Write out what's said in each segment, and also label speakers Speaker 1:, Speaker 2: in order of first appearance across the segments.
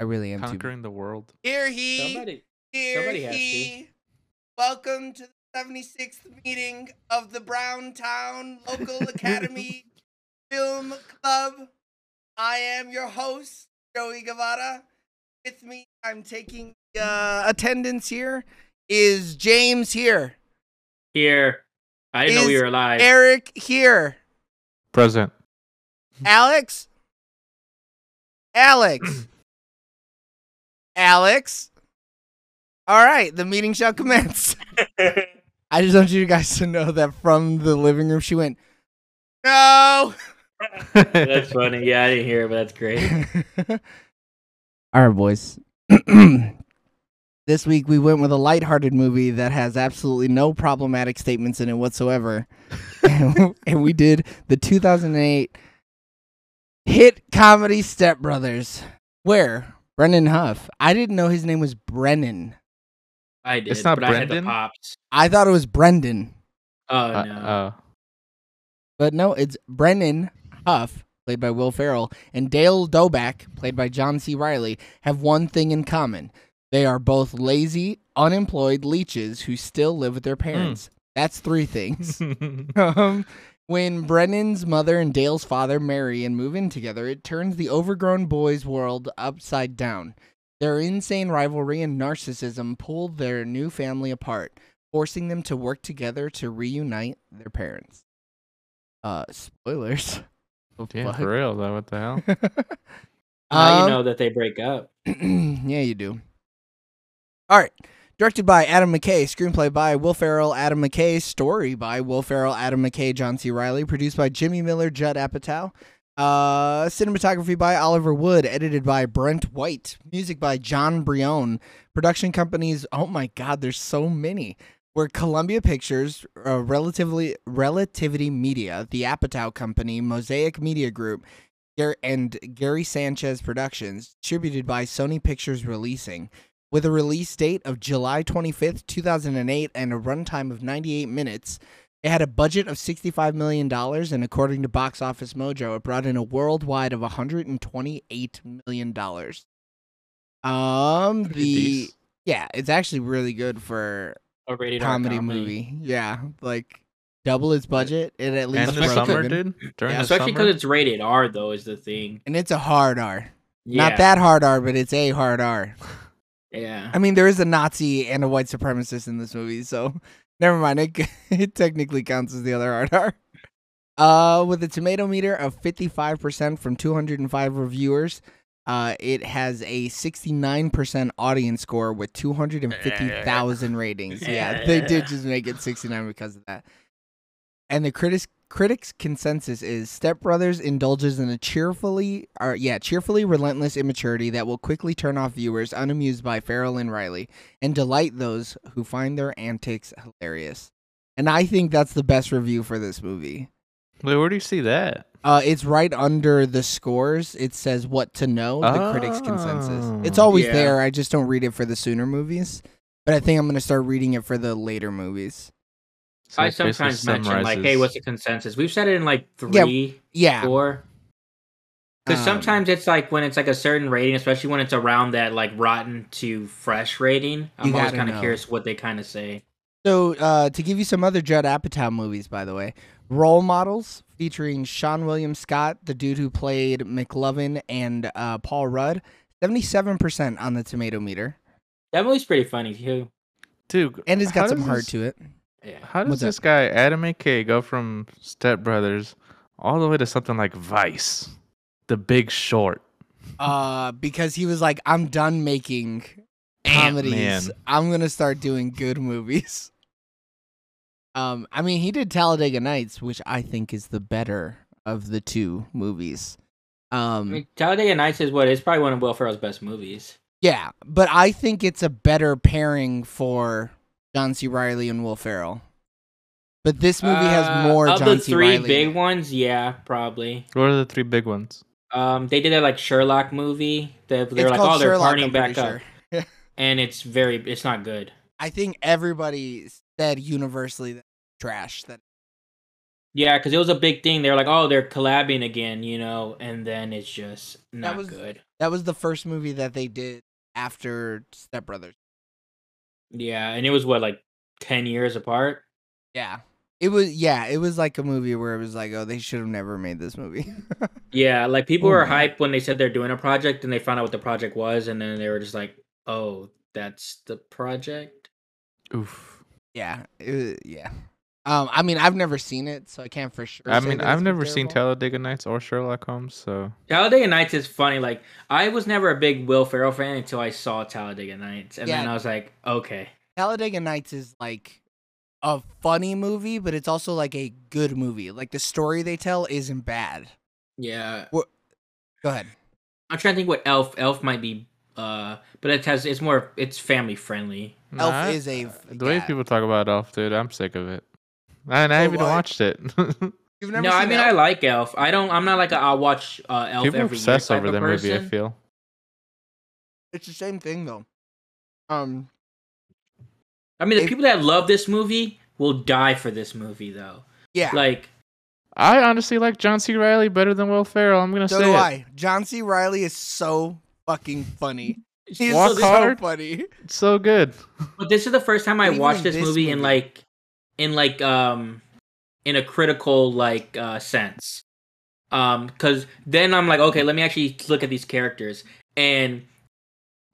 Speaker 1: really am too.
Speaker 2: Conquering the world.
Speaker 3: Here he.
Speaker 4: Somebody.
Speaker 3: Here
Speaker 4: Somebody has to.
Speaker 3: he. Welcome to the 76th meeting of the Browntown Local Academy Film Club. I am your host, Joey Guevara. With me, I'm taking uh, attendance here, is James here,
Speaker 4: Here. I didn't know we
Speaker 3: Is
Speaker 4: were alive.
Speaker 3: Eric here,
Speaker 2: Present.
Speaker 3: Alex, Alex, Alex. All right, the meeting shall commence. I just want you guys to know that from the living room, she went, No!
Speaker 4: that's funny. Yeah, I didn't hear it, but that's great.
Speaker 1: All right, boys.
Speaker 3: this week we went with a lighthearted movie that has absolutely no problematic statements in it whatsoever. and, and we did the 2008 hit comedy Step Brothers, where Brennan Huff, I didn't know his name was Brennan.
Speaker 4: I did.
Speaker 2: It's not
Speaker 4: but I had
Speaker 2: Brendan?
Speaker 4: the pops.
Speaker 3: I thought it was Brendan,
Speaker 4: Oh
Speaker 2: Uh,
Speaker 4: no.
Speaker 2: uh,
Speaker 3: but no, it's Brennan Huff, played by Will Ferrell, and Dale Doback, played by John C. Riley, have one thing in common. They are both lazy, unemployed leeches who still live with their parents. That's three things. um, when Brennan's mother and Dale's father marry and move in together, it turns the overgrown boys' world upside down. Their insane rivalry and narcissism pull their new family apart, forcing them to work together to reunite their parents. Uh, spoilers.
Speaker 2: yeah,
Speaker 3: Fuck.
Speaker 2: for real though. What the hell?
Speaker 4: Now
Speaker 3: Um,
Speaker 4: you know that they break up.
Speaker 3: yeah, you do. All right. Directed by Adam McKay, screenplay by Will Ferrell, Adam McKay, story by Will Ferrell, Adam McKay, John C. Riley, produced by Jimmy Miller, Judd Apatow, uh, cinematography by Oliver Wood, edited by Brent White, music by John Brion, production companies. Oh my God, there's so many. Were Columbia Pictures, uh, relatively Relativity Media, the Apatow Company, Mosaic Media Group, Gar- and Gary Sanchez Productions, distributed by Sony Pictures Releasing, with a release date of July 25th, 2008, and a runtime of 98 minutes. It had a budget of $65 million, and according to Box Office Mojo, it brought in a worldwide of $128 million. Um,
Speaker 2: Pretty
Speaker 3: the
Speaker 2: decent.
Speaker 3: yeah, it's actually really good for
Speaker 4: A rated R
Speaker 3: comedy, movie. Yeah, like double its budget. It at least
Speaker 2: and the
Speaker 3: broke
Speaker 2: summer,
Speaker 3: even.
Speaker 2: dude. During
Speaker 3: Yeah,
Speaker 2: the
Speaker 4: Especially
Speaker 2: summer.
Speaker 4: because it's rated R though is the thing.
Speaker 3: and it's a hard R.
Speaker 4: Yeah.
Speaker 3: Not that hard R, but it's a hard R.
Speaker 4: Yeah.
Speaker 3: I mean, there is a Nazi and a white supremacist in this movie, so never mind. It, it technically counts as the other hard R. Uh, with a tomato meter of 55% from 205 reviewers, uh, it has a 69% audience score with 250,000 ratings. Yeah, they did just make it 69 because of that. And the critics critics consensus is Step Brothers indulges in a cheerfully or yeah, cheerfully relentless immaturity that will quickly turn off viewers unamused by Farrell and Riley and delight those who find their antics hilarious. And I think that's the best review for this movie.
Speaker 2: Wait, where do you see that?
Speaker 3: Uh, it's right under the scores. It says what to know, the critics
Speaker 2: Oh.
Speaker 3: consensus. It's always
Speaker 4: Yeah.
Speaker 3: there. I just don't read it for the sooner movies, but I think I'm going to start reading it for the later movies.
Speaker 2: So
Speaker 4: I
Speaker 2: it basically
Speaker 4: sometimes mention like, hey,
Speaker 2: summarizes-
Speaker 4: what's the consensus? We've said it in like
Speaker 3: Yeah,
Speaker 4: three,
Speaker 3: Yeah.
Speaker 4: four. Because
Speaker 3: Um,
Speaker 4: sometimes it's like when it's like a certain rating, especially when it's around that like rotten to fresh rating. I'm
Speaker 3: You
Speaker 4: always
Speaker 3: gotta
Speaker 4: kind
Speaker 3: know.
Speaker 4: of curious what they kind of say.
Speaker 3: So, uh, to give you some other Judd Apatow movies, by the way, Role Models featuring Sean William Scott, the dude who played McLovin, and uh, Paul Rudd, seventy-seven percent on the Tomato meter,
Speaker 4: That movie's pretty funny too.
Speaker 2: dude?
Speaker 3: and it's
Speaker 2: how
Speaker 3: got
Speaker 2: does
Speaker 3: some heart
Speaker 2: this-
Speaker 3: to it.
Speaker 4: Yeah.
Speaker 2: How does
Speaker 3: What's
Speaker 2: this guy Adam McKay go from Step Brothers all the way to something like Vice, The Big Short?
Speaker 3: Uh, because he was like, "I'm done making comedies.
Speaker 2: Ant-Man.
Speaker 3: I'm gonna start doing good movies." Um, I mean, he did Talladega Nights, which I think is the better of the two movies.
Speaker 4: I
Speaker 3: Um,
Speaker 4: mean, Talladega Nights is what it's probably one of Will Ferrell's best movies.
Speaker 3: Yeah, but I think it's a better pairing for John C. Riley and Will Ferrell. But this movie has
Speaker 4: Uh,
Speaker 3: more
Speaker 4: of
Speaker 3: John
Speaker 4: the
Speaker 3: C.
Speaker 4: three
Speaker 3: Reilly.
Speaker 4: big ones. Yeah, probably.
Speaker 2: What are the three big ones?
Speaker 4: Um, they did that like Sherlock movie. They,
Speaker 3: It's
Speaker 4: they're like,
Speaker 3: called
Speaker 4: oh, they're
Speaker 3: Sherlock, I'm
Speaker 4: partying back
Speaker 3: pretty
Speaker 4: up,
Speaker 3: sure.
Speaker 4: and it's very, it's not good.
Speaker 3: I think everybody said universally that it's trash. That
Speaker 4: Yeah, because it was a big thing. They were like, "Oh, they're collabing again," you know, and then it's just not
Speaker 3: was-
Speaker 4: good.
Speaker 3: That was the first movie that they did after Step Brothers.
Speaker 4: Yeah, and it was what like ten years apart.
Speaker 3: Yeah. It was yeah, it was like a movie where it was like, oh, they should have never made this movie.
Speaker 4: Yeah, like people
Speaker 1: Oh,
Speaker 4: were
Speaker 1: man.
Speaker 4: hyped when they said they're doing a project, and they found out what the project was, and then they were just like, "Oh, that's the project."
Speaker 2: Oof.
Speaker 3: yeah, it was, yeah. Um, I mean, I've never seen it, so I can't for sure.
Speaker 2: I
Speaker 3: say
Speaker 2: mean,
Speaker 3: that
Speaker 2: I've
Speaker 3: it's
Speaker 2: never seen
Speaker 3: terrible.
Speaker 2: Talladega Nights or Sherlock Holmes, so
Speaker 4: Talladega Nights is funny. Like I was never a big Will Ferrell fan until I saw Talladega Nights, and then
Speaker 3: Yeah.
Speaker 4: I was like, "Okay,
Speaker 3: Talladega Nights is like a funny movie, but it's also like a good movie. Like the story they tell isn't bad.
Speaker 4: yeah."
Speaker 3: Go ahead.
Speaker 4: I'm trying to think what Elf Elf might be, uh, but it has it's more it's family friendly.
Speaker 3: Elf
Speaker 2: Nah,
Speaker 3: is a
Speaker 2: uh, the way
Speaker 3: yeah.
Speaker 2: people talk about Elf, dude. I'm sick of it, and I
Speaker 3: Oh,
Speaker 2: haven't
Speaker 3: what?
Speaker 2: watched it.
Speaker 3: You've
Speaker 4: No, I mean I like Elf. I don't. I'm not like a, I'll watch uh, Elf
Speaker 2: people
Speaker 4: every
Speaker 2: obsess
Speaker 4: year type
Speaker 2: over
Speaker 4: of
Speaker 2: that
Speaker 4: person.
Speaker 2: movie. I feel.
Speaker 3: it's the same thing though. Um,
Speaker 4: I mean, the
Speaker 3: If-
Speaker 4: people that love this movie will die for this movie, though.
Speaker 3: yeah.
Speaker 4: Like,
Speaker 2: I honestly like John C. Riley better than Will Ferrell. I'm gonna
Speaker 3: so
Speaker 2: say
Speaker 3: do
Speaker 2: it.
Speaker 3: I. John C. Riley is so fucking funny. He's
Speaker 2: Walk
Speaker 3: so
Speaker 2: hard.
Speaker 3: funny.
Speaker 2: It's so good.
Speaker 4: but this is the first time
Speaker 3: But
Speaker 4: I
Speaker 3: even
Speaker 4: watched
Speaker 3: in
Speaker 4: this,
Speaker 3: this
Speaker 4: movie, in
Speaker 3: movie-
Speaker 4: like, in like, um, in a critical like uh sense. Um, because then I'm like, okay, let me actually look at these characters. And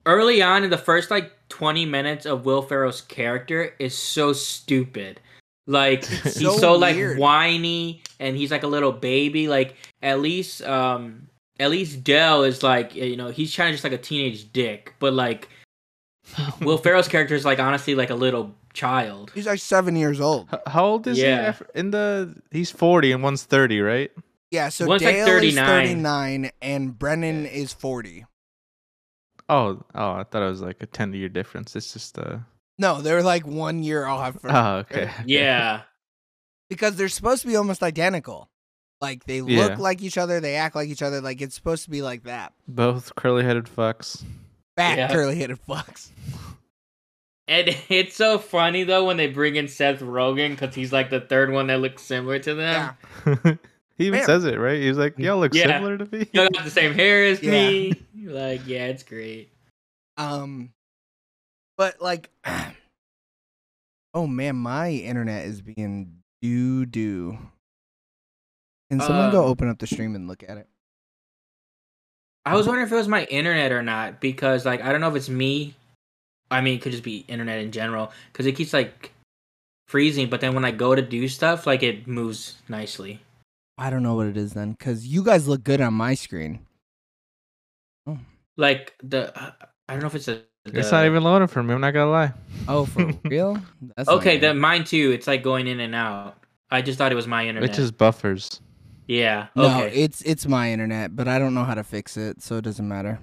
Speaker 4: early on in the first like 20 minutes of Will Ferrell's character is so stupid. Like
Speaker 2: It's
Speaker 4: he's
Speaker 3: so
Speaker 4: so like
Speaker 3: weird.
Speaker 4: whiny and he's like a little baby. Like at least um at least Dell is like you know he's kind of just like a teenage dick, but like Will Ferrell's character is like honestly like a little child.
Speaker 3: He's like seven years old.
Speaker 2: H- How old is
Speaker 4: Yeah.
Speaker 2: he? af- In the he's 40 and one's 30, right?
Speaker 3: Yeah, so
Speaker 4: One's, like,
Speaker 3: Dale is
Speaker 4: 39.
Speaker 3: 39 and Brennan is 40.
Speaker 2: Oh, oh, I thought it was like a 10 year difference. It's just uh
Speaker 3: No, they're like one year off for,
Speaker 2: Oh, okay. okay.
Speaker 4: Yeah,
Speaker 3: because they're supposed to be almost identical. Like they
Speaker 2: Yeah.
Speaker 3: look like each other, they act like each other. Like it's supposed to be like that.
Speaker 2: Both curly-headed fucks.
Speaker 3: Fat
Speaker 4: Yeah.
Speaker 3: curly headed fucks.
Speaker 4: and it's so funny though when they bring in Seth Rogen because he's like the third one that looks similar to them.
Speaker 2: he even
Speaker 3: Man.
Speaker 2: says it, right? He's like, "Y'all look
Speaker 4: Yeah.
Speaker 2: similar to me."
Speaker 4: You got the same hair as
Speaker 3: Yeah.
Speaker 4: me. Like, yeah, it's great.
Speaker 3: Um, but like, oh man, my internet is being doo doo. Can someone go
Speaker 4: Um,
Speaker 3: open up the stream and look at it?
Speaker 4: I was wondering if it was my internet or not because like I don't know if it's me. I mean, it could just be internet in general because it keeps like freezing. But then when I go to do stuff, like it moves nicely.
Speaker 3: I don't know what it is then, because you guys look good on my screen.
Speaker 4: Like the uh, I don't know if it's a.
Speaker 2: It's
Speaker 4: the-
Speaker 2: not even loaded for me. I'm not gonna lie.
Speaker 3: Oh, for real? That's not
Speaker 4: okay.
Speaker 3: good.
Speaker 4: Then mine too. It's like going in and out. I just thought it was my internet.
Speaker 2: It just buffers.
Speaker 4: yeah.
Speaker 3: No,
Speaker 4: Okay.
Speaker 3: it's it's my internet, but I don't know how to fix it, so it doesn't matter.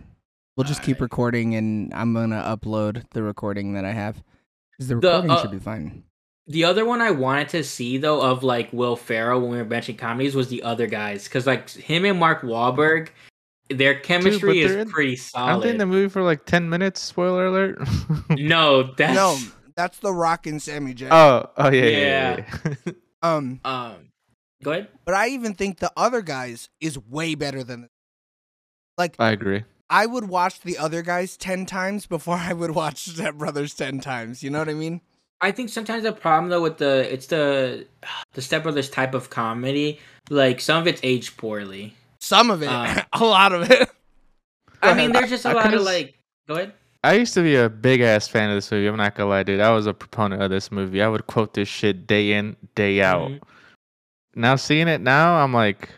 Speaker 3: We'll just keep
Speaker 4: Alright.
Speaker 3: recording, and I'm gonna upload the recording that I have. 'Cause the
Speaker 4: The,
Speaker 3: recording
Speaker 4: uh,
Speaker 3: should be fine.
Speaker 4: The other one I wanted to see though of like Will Ferrell when we were benching comedies was the other guys because like him and Mark Wahlberg, their chemistry
Speaker 2: they're
Speaker 4: is
Speaker 2: in-
Speaker 4: pretty
Speaker 2: I'm in
Speaker 4: solid.
Speaker 2: the movie for like 10 minutes. Spoiler alert.
Speaker 4: no, that's
Speaker 3: No, that's the Rock and Sammy J.
Speaker 2: oh, oh yeah, yeah. yeah, yeah.
Speaker 3: um,
Speaker 4: um. Go ahead.
Speaker 3: but I even think the other guys is way better than. Like
Speaker 2: I agree.
Speaker 3: I would watch the other guys ten times before I would watch Step Brothers ten times. You know what I mean?
Speaker 4: I think sometimes the problem though with the it's the the Step Brothers type of comedy, like some of it's aged poorly.
Speaker 3: Some of it,
Speaker 4: Uh,
Speaker 3: a lot of it.
Speaker 4: I mean, there's just a
Speaker 2: I
Speaker 4: lot of
Speaker 2: could've-
Speaker 4: like. Go ahead.
Speaker 2: I used to be a big ass fan of this movie. I'm not gonna lie, dude. I was a proponent of this movie. I would quote this shit day in, day out.
Speaker 4: Mhm.
Speaker 3: Mm-hmm.
Speaker 2: Now seeing it now, I'm like,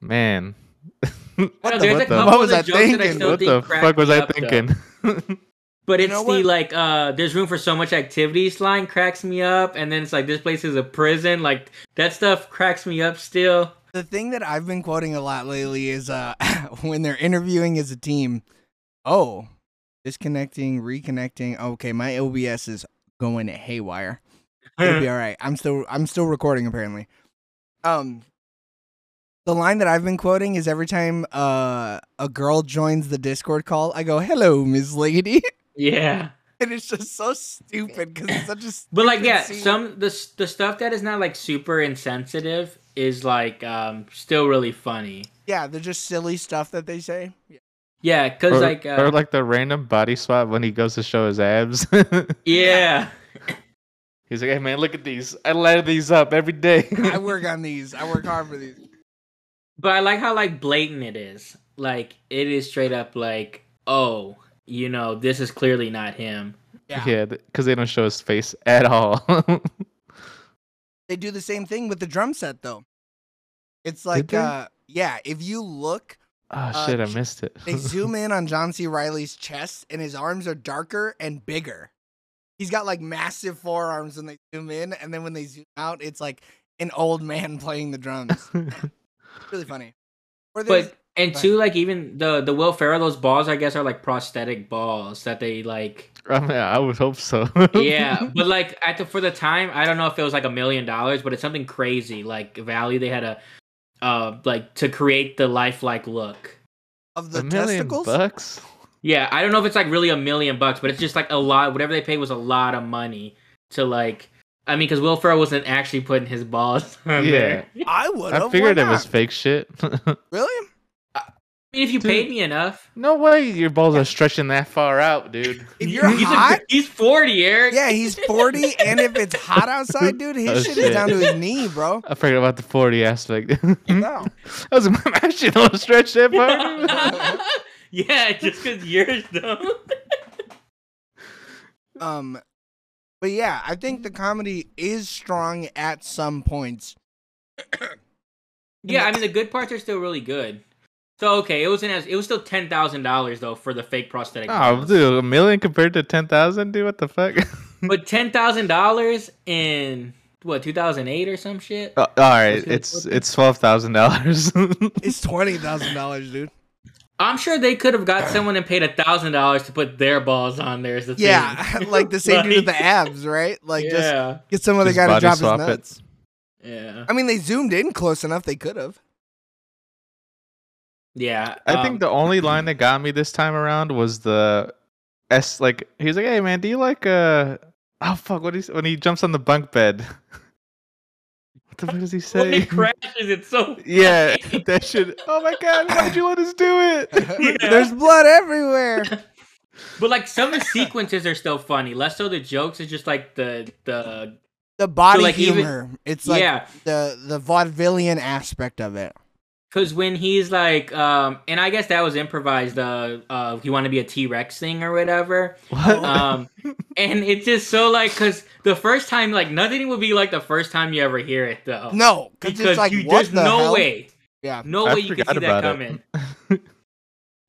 Speaker 2: man,
Speaker 4: I
Speaker 3: What
Speaker 4: know,
Speaker 3: the-
Speaker 4: there's
Speaker 2: what
Speaker 4: a
Speaker 2: the-
Speaker 4: couple
Speaker 3: what was
Speaker 4: of
Speaker 3: I
Speaker 4: jokes that I
Speaker 3: thinking?
Speaker 4: still
Speaker 2: what
Speaker 4: think
Speaker 2: the
Speaker 4: crack
Speaker 2: fuck was
Speaker 4: me
Speaker 2: I
Speaker 4: up, though.
Speaker 2: thinking?
Speaker 4: But
Speaker 3: You
Speaker 4: it's
Speaker 3: know
Speaker 4: the
Speaker 3: what?
Speaker 4: like uh there's room for so much activities line cracks me up and then it's like this place is a prison like that stuff cracks me up still.
Speaker 3: The thing that I've been quoting a lot lately is uh, when they're interviewing as a team, oh, disconnecting, reconnecting. Okay, my OBS is going haywire. It'll be all right. I'm still I'm still recording apparently. Um, the line that I've been quoting is every time uh, a girl joins the Discord call, I go, "Hello, Miss Lady,"
Speaker 4: yeah.
Speaker 3: and it's just so stupid because it's such a.
Speaker 4: But like
Speaker 3: stupid
Speaker 4: yeah,
Speaker 3: scene.
Speaker 4: some the s- the stuff that is not like super insensitive is like um still really funny.
Speaker 3: yeah, they're just silly stuff that they say.
Speaker 4: Yeah, cause
Speaker 2: or,
Speaker 4: like uh,
Speaker 2: or like the random body swap when he goes to show his abs.
Speaker 4: yeah,
Speaker 2: He's like, hey man, look at these. I ladder these up every day.
Speaker 3: I work on these. I work hard for these.
Speaker 4: but I like how like blatant it is. Like it is straight up like oh you know this is clearly not him.
Speaker 3: Yeah.
Speaker 2: yeah, because they don't show his face at all. Oh,
Speaker 3: They do the same thing with the drum set though. It's like
Speaker 2: they?
Speaker 3: uh yeah, if you look,
Speaker 2: oh shit, I missed it.
Speaker 3: Uh, they zoom in on John C. Riley's chest and his arms are darker and bigger. He's got like massive forearms when they zoom in, and then when they zoom out, it's like an old man playing the drums. really funny. Or there's
Speaker 4: But and
Speaker 3: Right.
Speaker 4: two like even the the Will Ferrell those balls I guess are like prosthetic balls that they like
Speaker 2: I mean, Oh, I would hope so.
Speaker 4: yeah, but like at the for the time, I don't know if it was like a million dollars, but it's something crazy. Like Valley, they had a uh like to create the lifelike look.
Speaker 3: of
Speaker 2: a
Speaker 3: the
Speaker 2: million
Speaker 3: testicles.
Speaker 2: bucks.
Speaker 4: Yeah, I don't know if it's like really a million bucks, but it's just like a lot. Whatever they paid was a lot of money to like. I mean, because Will Ferrell wasn't actually putting his balls. On there. I
Speaker 3: I would have.
Speaker 2: I figured it was fake shit.
Speaker 3: really.
Speaker 4: mean, if you
Speaker 2: Dude.
Speaker 4: paid me enough,
Speaker 2: no way, your balls are stretching that far out, dude.
Speaker 3: If you're
Speaker 4: he's, a-
Speaker 3: hot,
Speaker 4: he's forty, Eric.
Speaker 3: yeah, he's forty, and if it's hot outside, dude, his
Speaker 2: Oh,
Speaker 3: shit,
Speaker 2: shit.
Speaker 3: is down to his knee, bro.
Speaker 2: I forgot about the forty aspect. I
Speaker 3: No,
Speaker 2: was like, my shit don't stretch that far.
Speaker 4: yeah, just because yours though.
Speaker 3: um, but yeah, I think the
Speaker 4: Mm.
Speaker 3: comedy is strong at some points.
Speaker 4: Yeah, I mean the good parts are still really good. So okay, it wasn't as it was still ten thousand dollars though for the fake prosthetic.
Speaker 2: Oh,
Speaker 4: balls.
Speaker 2: dude, a million compared to ten thousand, dude. What the fuck?
Speaker 4: But ten thousand dollars in what two thousand eight or some shit?
Speaker 2: Uh, all right,
Speaker 4: What's your-
Speaker 2: it's it's twelve thousand dollars.
Speaker 3: It's twenty thousand dollars, dude.
Speaker 4: I'm sure they could have got someone and paid thousand dollars to put their balls on there. Is the
Speaker 3: Yeah,
Speaker 4: thing.
Speaker 3: like the same dude with the
Speaker 4: Like-
Speaker 3: abs, right? Like just
Speaker 4: yeah,
Speaker 3: get some other
Speaker 2: Just
Speaker 3: guy to
Speaker 2: body
Speaker 3: drop his
Speaker 2: swap it.
Speaker 3: nuts.
Speaker 4: yeah,
Speaker 3: I mean, they zoomed in close enough; they could have.
Speaker 4: yeah.
Speaker 2: I
Speaker 4: um,
Speaker 2: think the only line that got me this time around was the S. Like he's like, "Hey man, do you like uh oh fuck what he when he jumps on the bunk bed? what the fuck does he
Speaker 4: when
Speaker 2: say?
Speaker 4: it crashes, it's so
Speaker 2: yeah, that shit. Oh my god, why would you let us do it?
Speaker 4: Yeah.
Speaker 3: There's blood everywhere.
Speaker 4: But like some of the sequences are still funny. Less so the jokes. It's just like the the
Speaker 3: The body
Speaker 4: like, even-
Speaker 3: humor. it's like
Speaker 4: yeah.
Speaker 3: the the vaudevillian aspect of it.
Speaker 4: Cause when he's like, um, and I guess that was improvised. Uh, uh he wanted to be a T Rex thing or whatever.
Speaker 2: What?
Speaker 4: Um, and it's just so like, cause the first time, like nothing would be like the first time you ever hear it though.
Speaker 3: No, because
Speaker 4: because
Speaker 3: it's like
Speaker 4: you,
Speaker 3: what
Speaker 4: there's
Speaker 3: the
Speaker 4: no
Speaker 3: hell?
Speaker 4: way,
Speaker 3: Yeah,
Speaker 4: no
Speaker 2: I
Speaker 4: way you can
Speaker 2: forgot
Speaker 4: see that
Speaker 2: about it.
Speaker 4: coming.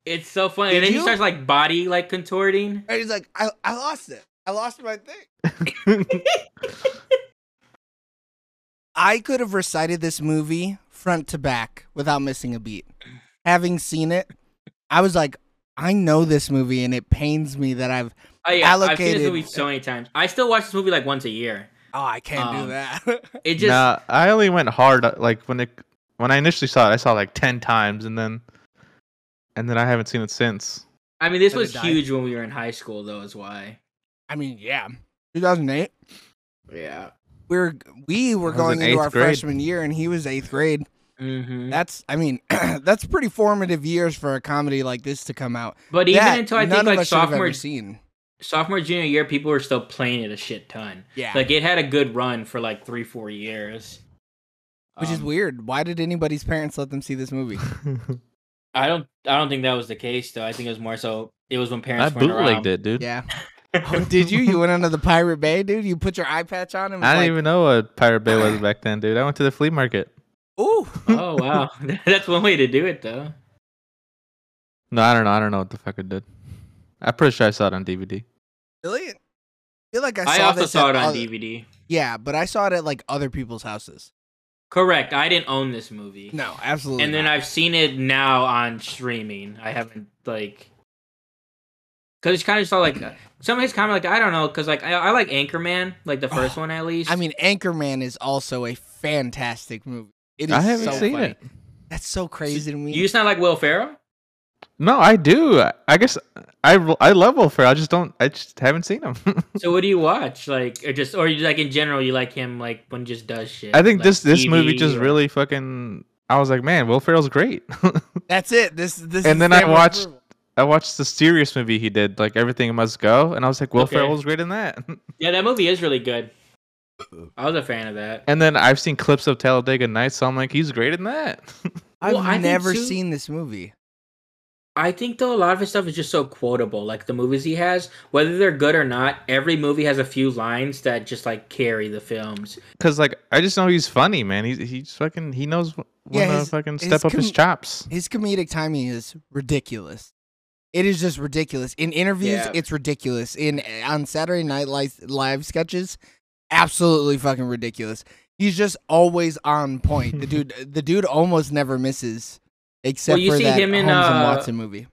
Speaker 4: It's so funny.
Speaker 3: Did
Speaker 4: and then
Speaker 3: you?
Speaker 4: he starts like body like contorting.
Speaker 3: and he's like, I I lost it. I lost my thing.
Speaker 4: Oh,
Speaker 3: I could have recited this movie front to back without missing a beat. Having seen it, I was like, I know this movie, and it pains me that I've.
Speaker 4: Oh, yeah, I've seen
Speaker 3: Allocated.
Speaker 4: this movie so many times. I still watch this movie like once a year.
Speaker 3: Oh, I can't do
Speaker 4: Um,
Speaker 3: that.
Speaker 4: It just
Speaker 2: nah, I only went hard uh, like when it when I initially saw it, I saw it like ten times, and then and then I haven't seen it since.
Speaker 4: I mean, this
Speaker 3: Did it
Speaker 4: was
Speaker 3: die?
Speaker 4: huge when we were in high school, though, is why.
Speaker 3: I mean, yeah, 2008.
Speaker 4: Yeah.
Speaker 3: We were we were
Speaker 2: I was
Speaker 3: going
Speaker 2: in
Speaker 3: into
Speaker 2: eighth
Speaker 3: our
Speaker 2: grade.
Speaker 3: freshman year, and he was eighth grade.
Speaker 4: Mm-hmm.
Speaker 3: That's I mean, that's pretty formative years for a comedy like this to come out.
Speaker 4: But even
Speaker 3: That
Speaker 4: until I
Speaker 3: none
Speaker 4: think
Speaker 3: of
Speaker 4: like
Speaker 3: us should have
Speaker 4: sophomore,
Speaker 3: ever seen.
Speaker 4: sophomore, junior year, people were still playing it a shit ton.
Speaker 3: Yeah.
Speaker 4: Like it had a good run for like three, four years.
Speaker 3: which is
Speaker 4: Um,
Speaker 3: weird. Why did anybody's parents let them see this movie?
Speaker 4: I don't, I don't think that was the case though. I think it was more so it was when
Speaker 2: I
Speaker 4: parents.
Speaker 2: bootlegged it, dude.
Speaker 3: yeah. Oh, did you? You went under the Pirate Bay, dude. You put your eye patch on and
Speaker 2: I
Speaker 3: was
Speaker 2: didn't
Speaker 3: like,
Speaker 2: even know what Pirate Bay was back then, dude. I went to the flea market.
Speaker 3: Ooh.
Speaker 4: Oh wow, that's one way to do it though.
Speaker 2: No, I don't know. I don't know what the fuck it did. I'm pretty sure I saw it on DVD.
Speaker 3: Really? I feel like I saw
Speaker 4: I, also
Speaker 3: this
Speaker 4: saw
Speaker 3: at
Speaker 4: it on
Speaker 3: other-
Speaker 4: DVD.
Speaker 3: Yeah, but I saw it at like other people's houses.
Speaker 4: Correct. I didn't own this movie.
Speaker 3: No, absolutely.
Speaker 4: and then I've seen it now on streaming. I haven't like because it's kind of just all like uh, some of his comment like I don't know because like I, I like Anchorman like the first one at least.
Speaker 3: I mean, Anchorman is also a fantastic movie. It is
Speaker 2: I haven't
Speaker 3: so
Speaker 2: seen
Speaker 3: funny.
Speaker 2: it.
Speaker 3: That's so crazy to me.
Speaker 4: you just not like Will Ferrell.
Speaker 2: No, I do. I- I guess I r- I love Will Ferrell. I just don't. I just haven't seen him.
Speaker 4: So what do you watch? Like or just or you like in general you like him like when he just does shit.
Speaker 2: I think
Speaker 4: like
Speaker 2: this this movie
Speaker 4: TV
Speaker 2: just
Speaker 4: or-
Speaker 2: really fucking. I was like, man, Will Ferrell's great.
Speaker 3: That's it. This this.
Speaker 2: And
Speaker 3: is
Speaker 2: then I
Speaker 3: stamp of
Speaker 2: watched-
Speaker 3: approval.
Speaker 2: I watched the serious movie he did, like Everything Must Go, and I was like, Will
Speaker 4: Okay.
Speaker 2: Ferrell was great in that.
Speaker 4: Yeah, that movie is really good. I was a fan of that.
Speaker 2: And then I've seen clips of Talladega Nights, so I'm like, he's great in that.
Speaker 3: I've
Speaker 4: Well, I think
Speaker 3: never
Speaker 4: too-
Speaker 3: seen this movie.
Speaker 4: I think though a lot of his stuff is just so quotable. Like the movies he has, whether they're good or not, every movie has a few lines that just like carry the films.
Speaker 2: Cause like I just know he's funny, man. He's he's fucking he knows wh- when
Speaker 3: Yeah,
Speaker 2: to
Speaker 3: his-
Speaker 2: fucking
Speaker 3: his
Speaker 2: step up his
Speaker 3: com-
Speaker 2: chops.
Speaker 3: His comedic timing is ridiculous. It is just ridiculous. In interviews,
Speaker 4: Yeah.
Speaker 3: it's ridiculous. In on Saturday Night Live, live sketches, absolutely fucking ridiculous. He's just always on point. The dude, the dude almost never misses, except
Speaker 4: you
Speaker 3: for
Speaker 4: see
Speaker 3: that
Speaker 4: him in,
Speaker 3: Holmes and
Speaker 4: uh,
Speaker 3: Watson movie.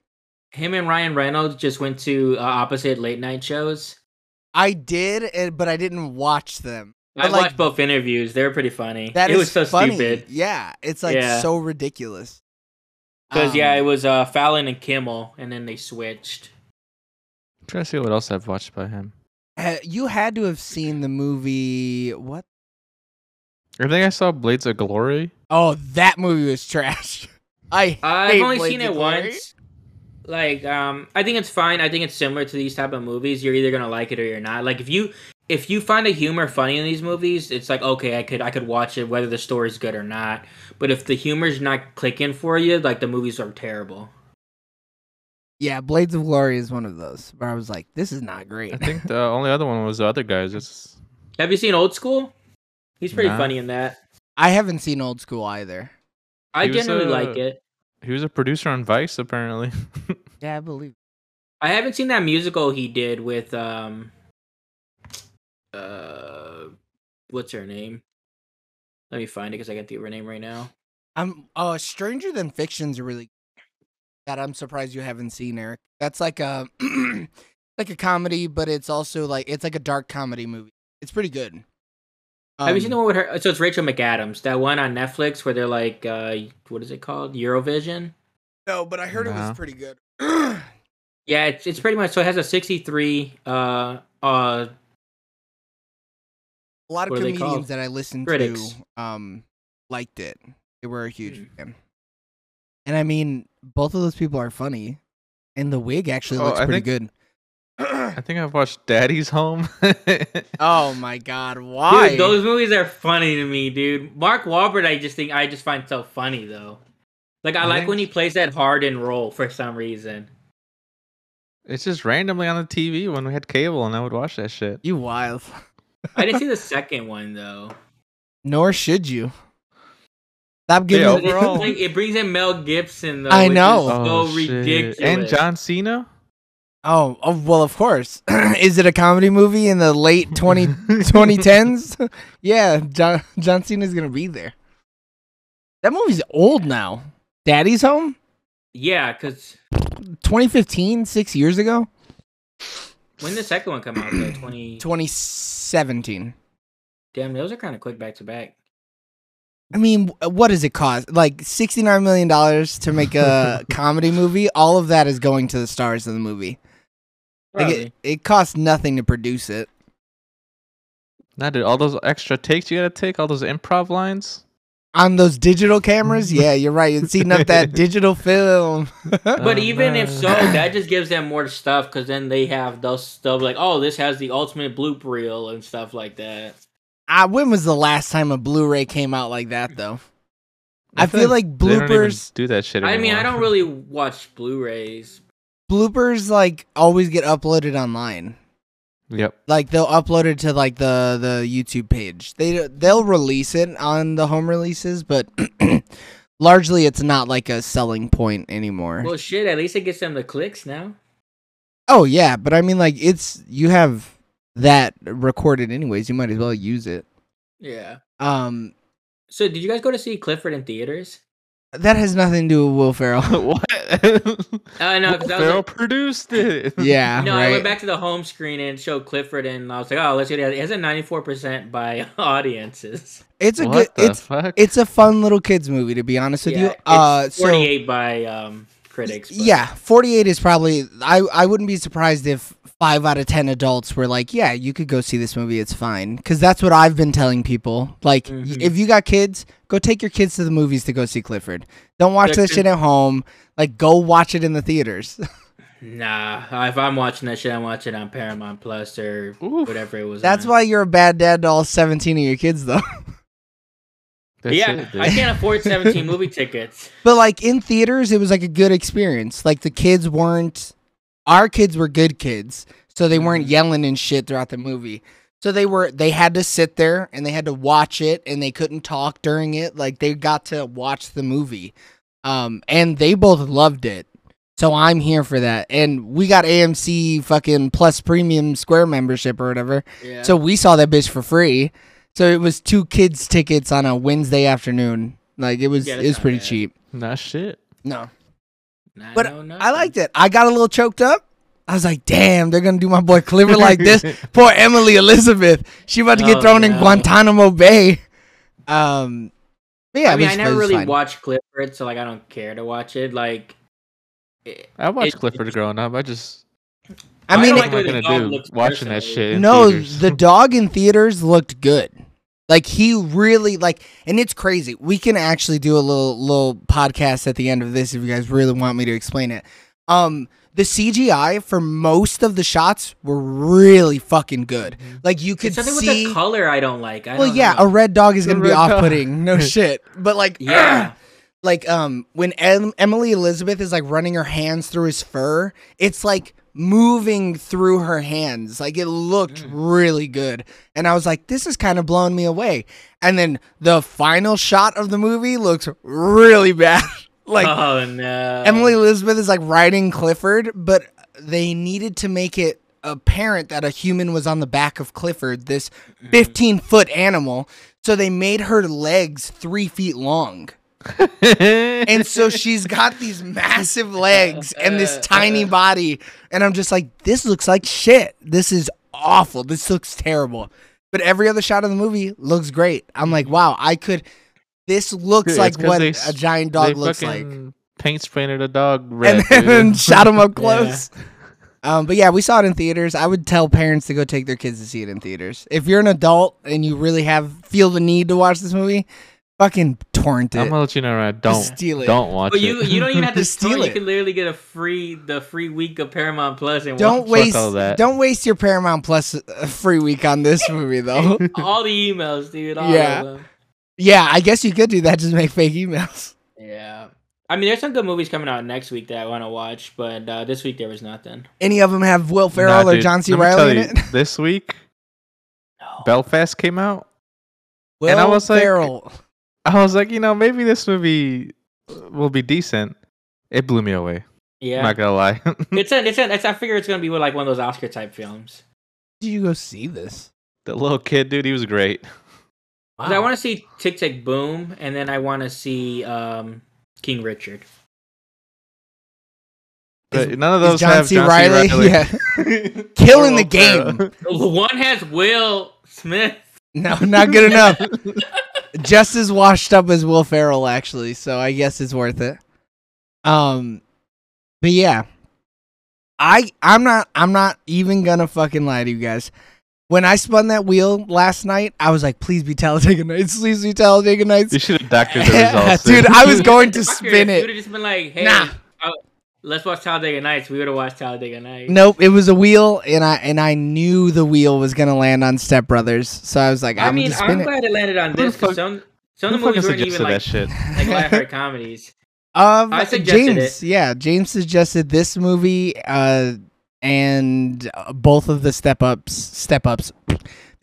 Speaker 4: Him and Ryan Reynolds just went to uh, opposite late night shows.
Speaker 3: I did, eh, but I didn't watch them.
Speaker 4: I
Speaker 3: But, like,
Speaker 4: watched both interviews. They're pretty funny.
Speaker 3: That
Speaker 4: it
Speaker 3: is
Speaker 4: was so
Speaker 3: funny.
Speaker 4: stupid.
Speaker 3: Yeah, it's like
Speaker 4: Yeah.
Speaker 3: so ridiculous.
Speaker 4: Because
Speaker 3: Um,
Speaker 4: yeah, it was uh, Fallon and Kimmel, and then they switched.
Speaker 2: I'm trying to see what else I've watched by him.
Speaker 4: eh,
Speaker 3: Uh, you had to have seen the movie. What?
Speaker 2: I think I saw Blades of Glory.
Speaker 3: Oh, that movie was trash. I
Speaker 4: I've
Speaker 3: hate
Speaker 4: only
Speaker 3: Blades
Speaker 4: seen
Speaker 3: of
Speaker 4: it
Speaker 3: Glory.
Speaker 4: once. Like, um, I think it's fine. I think it's similar to these type of movies. You're either gonna like it or you're not. Like, if you if you find the humor funny in these movies, it's like okay, I could I could watch it whether the story's good or not. But if the humor's not clicking for you, like the movies are terrible.
Speaker 3: Yeah, Blades of Glory is one of those where I was like, this is not great.
Speaker 2: I think the only other one was the other guys. It's
Speaker 4: Have you seen Old School? He's pretty
Speaker 2: Nah.
Speaker 4: funny in that.
Speaker 3: I haven't seen Old School either.
Speaker 4: I
Speaker 2: He was,
Speaker 4: generally
Speaker 2: uh,
Speaker 4: like it.
Speaker 2: he was a producer on Vice apparently.
Speaker 3: Yeah, I believe.
Speaker 4: I haven't seen that musical he did with um uh what's her name? Let me find it because I can't think of her name right now.
Speaker 3: I'm. Oh, Stranger Than Fiction's a really that I'm surprised you haven't seen, Eric. That's like a like a comedy, but it's also like it's like a dark comedy movie. It's pretty good.
Speaker 4: Have you seen
Speaker 3: Um,
Speaker 4: the one with her? So it's Rachel McAdams, that one on Netflix where they're like, uh, what is it called? Eurovision.
Speaker 3: No, but I heard it was
Speaker 2: No.
Speaker 3: pretty good. I
Speaker 4: Yeah, it's it's pretty much so it has a sixty-three uh uh
Speaker 3: A lot of
Speaker 4: What are they
Speaker 3: comedians
Speaker 4: called?
Speaker 3: that I listened
Speaker 4: Critics.
Speaker 3: to um, liked it. They were a huge
Speaker 4: Hmm.
Speaker 3: fan. And I mean, both of those people are funny, and the wig actually
Speaker 2: Oh,
Speaker 3: looks
Speaker 2: I
Speaker 3: pretty
Speaker 2: I
Speaker 3: good.
Speaker 2: think I've watched Daddy's Home. I
Speaker 3: oh my god, why?
Speaker 4: dude, those movies are funny to me, dude. Mark Wahlberg, I just think I just find so funny though. Like I,
Speaker 2: I
Speaker 4: like
Speaker 2: think-
Speaker 4: when he plays that hard and roll for some reason.
Speaker 2: It's just randomly on the TV when we had cable, and I would watch that shit.
Speaker 3: you wild.
Speaker 4: I didn't see the second one though.
Speaker 3: Nor should you. Stop giving.
Speaker 2: Yeah,
Speaker 4: But it's
Speaker 2: overall. Oh,
Speaker 4: like, it brings in Mel Gibson though.
Speaker 3: I
Speaker 4: which is
Speaker 3: know.
Speaker 4: so
Speaker 2: shit.
Speaker 4: ridiculous.
Speaker 2: And John Cena.
Speaker 3: Oh, oh, well, of course. Is it a comedy movie in the late 20, 2010s? yeah, John, John Cena's going to be there. That movie's old now. Daddy's Home?
Speaker 4: Yeah, because
Speaker 3: 2015, six years ago?
Speaker 4: when did the second one come out though, twenty.
Speaker 3: 2017.
Speaker 4: Damn, those are kind of quick back to back.
Speaker 3: I mean, wh- what does it cost? Like $69 million to make a comedy movie? All of that is going to the stars of the movie. Like
Speaker 4: Probably.
Speaker 3: it, it costs nothing to produce it.
Speaker 2: Not dude, all those extra takes you gotta take, all those improv lines.
Speaker 3: On those digital cameras? Yeah, you're right. It's eating up that digital film.
Speaker 4: But
Speaker 2: Oh,
Speaker 4: even if
Speaker 2: no.
Speaker 4: so, that just gives them more stuff because then they have those they'll be like, oh, this has the ultimate bloop reel and stuff like that.
Speaker 3: Ah, when was the last time a Blu-ray came out like that though? I feel like
Speaker 2: they don't even
Speaker 3: bloopers-
Speaker 2: do that shit.
Speaker 4: I mean, I
Speaker 2: anymore.
Speaker 4: don't really watch Blu-rays.
Speaker 3: Bloopers like always get uploaded online.
Speaker 2: Yep.
Speaker 3: Like they'll upload it to like the the YouTube page. They they'll release it on the home releases, but largely it's not like a selling point anymore.
Speaker 4: Well, shit. At least it gets them the clicks now.
Speaker 3: oh yeah, but I mean like it's you have that recorded anyways. You might as well use it.
Speaker 4: Yeah.
Speaker 3: Um,
Speaker 4: So, did you guys go to see Clifford in theaters?
Speaker 3: that has nothing to do with Will Ferrell.
Speaker 2: what?
Speaker 4: Uh, no,
Speaker 2: Will
Speaker 4: because I was
Speaker 2: Ferrell
Speaker 4: like,
Speaker 2: produced it.
Speaker 3: yeah,
Speaker 4: no,
Speaker 3: right.
Speaker 4: I went back to the home screen and showed Clifford, and I was like, oh, let's see. what It has- It has a ninety-four percent by audiences.
Speaker 3: It's a
Speaker 2: What
Speaker 3: good.
Speaker 2: the
Speaker 3: It's
Speaker 2: fuck?
Speaker 3: it's a fun little kids movie to be honest with
Speaker 4: Yeah,
Speaker 3: you.
Speaker 4: it's
Speaker 3: Uh, so
Speaker 4: Forty-eight by um critics. but-
Speaker 3: Yeah, 48 is probably I I wouldn't be surprised if 5 out of 10 adults were like, "Yeah, you could go see this movie, it's fine." Cuz that's what I've been telling people. Like y-
Speaker 4: Mhm.
Speaker 3: if you got kids, go take your kids to the movies to go see Clifford. Don't watch
Speaker 4: Yeah,
Speaker 3: this shit at home. Like go watch it in the theaters.
Speaker 4: Nah, if I'm watching that shit, I'm watching it on Paramount Plus or
Speaker 2: Oof.
Speaker 4: whatever it was.
Speaker 3: that's
Speaker 4: on.
Speaker 3: why you're a bad dad to all 17 of your kids though.
Speaker 2: That's
Speaker 4: yeah,
Speaker 2: it, dude.
Speaker 4: I can't afford 17 movie tickets.
Speaker 3: But like in theaters, it was like a good experience. Like the kids weren't, our kids were good kids, so they weren't
Speaker 4: Mm-hmm.
Speaker 3: yelling and shit throughout the movie. So they were, they had to sit there and they had to watch it, and they couldn't talk during it. Like they got to watch the movie, um, and they both loved it. So I'm here for that, and we got AMC fucking plus premium square membership or whatever.
Speaker 4: Yeah.
Speaker 3: So we saw that bitch for free. So it was two kids tickets on a Wednesday afternoon. Like it was,
Speaker 4: Yeah,
Speaker 3: it
Speaker 4: that's
Speaker 3: was
Speaker 4: not
Speaker 3: pretty
Speaker 4: bad.
Speaker 3: cheap.
Speaker 2: Nah, shit.
Speaker 3: No.
Speaker 4: Nah,
Speaker 3: but
Speaker 4: no,
Speaker 3: I
Speaker 4: nothing.
Speaker 3: liked it. I got a little choked up. I was like, damn, they're gonna do my boy Cleaver like this. Poor Emily Elizabeth. She about to get
Speaker 4: Oh,
Speaker 3: thrown in
Speaker 4: no.
Speaker 3: Guantanamo Bay. Um but yeah,
Speaker 4: I
Speaker 3: it
Speaker 4: mean,
Speaker 3: was-
Speaker 4: I
Speaker 3: it
Speaker 4: never
Speaker 3: was
Speaker 4: really
Speaker 3: fine.
Speaker 4: watched Clifford, so like I don't care to watch it. Like, it,
Speaker 2: I watched
Speaker 4: It-
Speaker 2: Clifford growing up. I just
Speaker 3: I
Speaker 4: I
Speaker 3: mean,
Speaker 4: don't
Speaker 2: what am
Speaker 4: like
Speaker 2: I
Speaker 4: the way the
Speaker 2: gonna
Speaker 4: dog
Speaker 2: do
Speaker 4: looks
Speaker 2: watching that
Speaker 4: personally.
Speaker 2: shit? In
Speaker 3: no,
Speaker 2: theaters?
Speaker 3: the dog in theaters looked good. Like he really like, and it's crazy. We can actually do a little little podcast at the end of this if you guys really want me to explain it. Um, the CGI for most of the shots were really fucking good. Like you could
Speaker 4: it's something
Speaker 3: see.
Speaker 4: with the color I don't like. I
Speaker 3: well,
Speaker 4: don't
Speaker 3: yeah,
Speaker 4: know.
Speaker 3: a red dog is
Speaker 2: The
Speaker 3: gonna be
Speaker 2: red dog.
Speaker 3: off-putting, no shit. But like,
Speaker 4: yeah,
Speaker 3: like um when em- Emily Elizabeth is like running her hands through his fur, it's like moving through her hands. Like it looked
Speaker 4: Mm.
Speaker 3: really good. And I was like this is kind of blowing me away. And then the final shot of the movie looks really bad. like
Speaker 4: oh no,
Speaker 3: Emily Elizabeth is like riding Clifford, but they needed to make it apparent that a human was on the back of Clifford, this
Speaker 2: Mm-hmm.
Speaker 3: 15 foot animal. So they made her legs three feet long. And so she's got these massive legs and this tiny body. And I'm just like, this looks like shit. This is awful. This looks terrible. But every other shot of the movie looks great. I'm like, wow, I could. This
Speaker 2: Mm-hmm.
Speaker 3: looks
Speaker 2: Dude,
Speaker 3: like
Speaker 2: it's 'cause
Speaker 3: what
Speaker 2: they s-
Speaker 3: a giant
Speaker 2: they
Speaker 3: dog looks like
Speaker 2: fucking Paint sprayed a dog red.
Speaker 3: and then
Speaker 2: dude.
Speaker 3: shot him up close. Um, but yeah, we saw it in theaters. I would tell parents to go take their kids to see it in theaters. If you're an adult and you really have feel the need to watch this movie, fucking torrent
Speaker 2: I'm
Speaker 3: it.
Speaker 2: gonna let you know right. now, Don't
Speaker 3: steal it.
Speaker 2: Don't watch
Speaker 4: But you
Speaker 2: it.
Speaker 4: you don't even have to
Speaker 3: Just
Speaker 4: steal
Speaker 3: steal
Speaker 4: it.
Speaker 3: it.
Speaker 4: You can literally get a free the free week of Paramount Plus and
Speaker 3: Don't
Speaker 4: watch
Speaker 3: waste
Speaker 2: all that.
Speaker 3: don't waste your Paramount Plus uh, free week on this movie though.
Speaker 4: all the emails, dude. All
Speaker 3: Yeah.
Speaker 4: of them.
Speaker 3: yeah, I guess you could do that. Just make fake emails.
Speaker 4: Yeah. I mean, there's some good movies coming out next week that I want to watch, but uh, this week there was nothing.
Speaker 3: Any of them have Will
Speaker 2: Nah,
Speaker 3: Ferrell or
Speaker 2: dude,
Speaker 3: John C.
Speaker 2: let me tell
Speaker 3: Riley in
Speaker 2: you,
Speaker 3: it?
Speaker 2: This week,
Speaker 4: No.
Speaker 2: Belfast came out.
Speaker 3: Will
Speaker 2: and I was like-
Speaker 3: Ferrell.
Speaker 2: I was like, you know, maybe this movie will be decent. It blew me away.
Speaker 4: yeah.
Speaker 2: Not gonna lie.
Speaker 4: It's a, it's a, it's, I figure it's gonna be like one of those Oscar type films.
Speaker 3: Did you go see this?
Speaker 2: the little kid, dude, he was great.
Speaker 4: 'Cause I want to see Tick Tick Boom, and then I want to see um, King Richard.
Speaker 2: But none of
Speaker 3: Is
Speaker 2: those
Speaker 3: John
Speaker 2: have
Speaker 3: C.
Speaker 2: John
Speaker 3: Riley,
Speaker 2: C. Riley.
Speaker 3: yeah,
Speaker 2: Yeah.
Speaker 3: killing the game.
Speaker 4: One has Will Smith.
Speaker 3: No, not good enough. Just as washed up as Will Ferrell, actually. So I guess it's worth it. Um, but yeah, I I'm not I'm not even gonna fucking lie to you guys. When I spun that wheel last night, I was like, "Please be Talladega Nights, please be Talladega Nights."
Speaker 2: You should have doctored the results,
Speaker 3: Dude, I was going to
Speaker 4: Fuck
Speaker 3: spin
Speaker 4: You would
Speaker 3: it.
Speaker 4: have just been like, hey,
Speaker 3: Nah.
Speaker 4: uh, let's watch Talladega Nights. We would have watched Talladega Nights.
Speaker 3: Nope, it was a wheel, and I and I knew the wheel was gonna land on Step Brothers, so I was like, "I'm
Speaker 4: I mean,
Speaker 3: gonna spin
Speaker 4: I'm
Speaker 3: it."
Speaker 4: glad it landed on
Speaker 2: Who
Speaker 4: this
Speaker 2: the fuck-
Speaker 4: because some some
Speaker 2: Who
Speaker 4: of the movies
Speaker 2: fucking
Speaker 4: weren't
Speaker 2: suggested
Speaker 4: even like
Speaker 2: that shit?
Speaker 4: like lighthearted comedies.
Speaker 3: Um,
Speaker 4: I suggested
Speaker 3: James, yeah, James suggested this movie, uh, and uh, both of the step ups, step ups,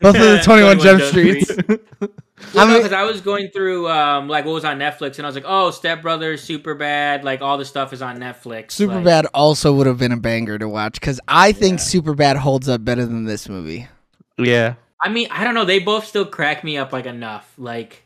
Speaker 3: both of
Speaker 4: Uh,
Speaker 3: the Twenty One
Speaker 4: 21
Speaker 3: Jump
Speaker 4: Jump
Speaker 3: Streets.
Speaker 4: Well,
Speaker 3: I
Speaker 4: no,
Speaker 3: mean-
Speaker 4: because I was going through um like what was on Netflix, and I was like, oh, Step Brothers, Super Bad, like all the stuff is on Netflix.
Speaker 3: Superbad
Speaker 4: like,
Speaker 3: also would have been a banger to watch because I think Superbad holds up better than this movie.
Speaker 2: yeah.
Speaker 4: I mean, I don't know. They both still crack me up like enough. Like,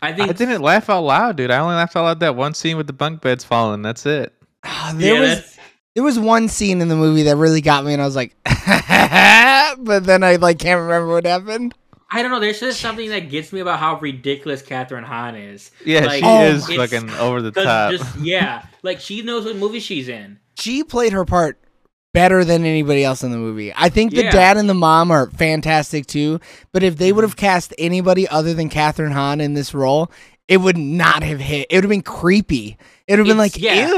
Speaker 4: I think
Speaker 2: I didn't laugh out loud, dude. I only laughed out loud that one scene with the bunk beds falling. That's it.
Speaker 3: Ah,
Speaker 4: Yeah,
Speaker 3: there was
Speaker 4: that's-
Speaker 3: there was one scene in the movie that really got me, and I was like, but then I like can't remember what happened.
Speaker 4: I don't know. There's just something that gets me about how ridiculous Catherine Hahn is.
Speaker 2: Yeah,
Speaker 4: Like,
Speaker 2: she
Speaker 3: Oh
Speaker 2: is
Speaker 4: my-
Speaker 2: fucking over the
Speaker 4: 'Cause
Speaker 2: top.
Speaker 4: just yeah, like she knows what movie she's in.
Speaker 3: She played her part better than anybody else in the movie. I think the
Speaker 4: Yeah.
Speaker 3: dad and the mom are fantastic too, but if they would
Speaker 4: Mm-hmm.
Speaker 3: have cast anybody other than Catherine Hahn in this role, it would not have hit. It would have been creepy. It would have been
Speaker 4: It's-
Speaker 3: like,
Speaker 4: yeah.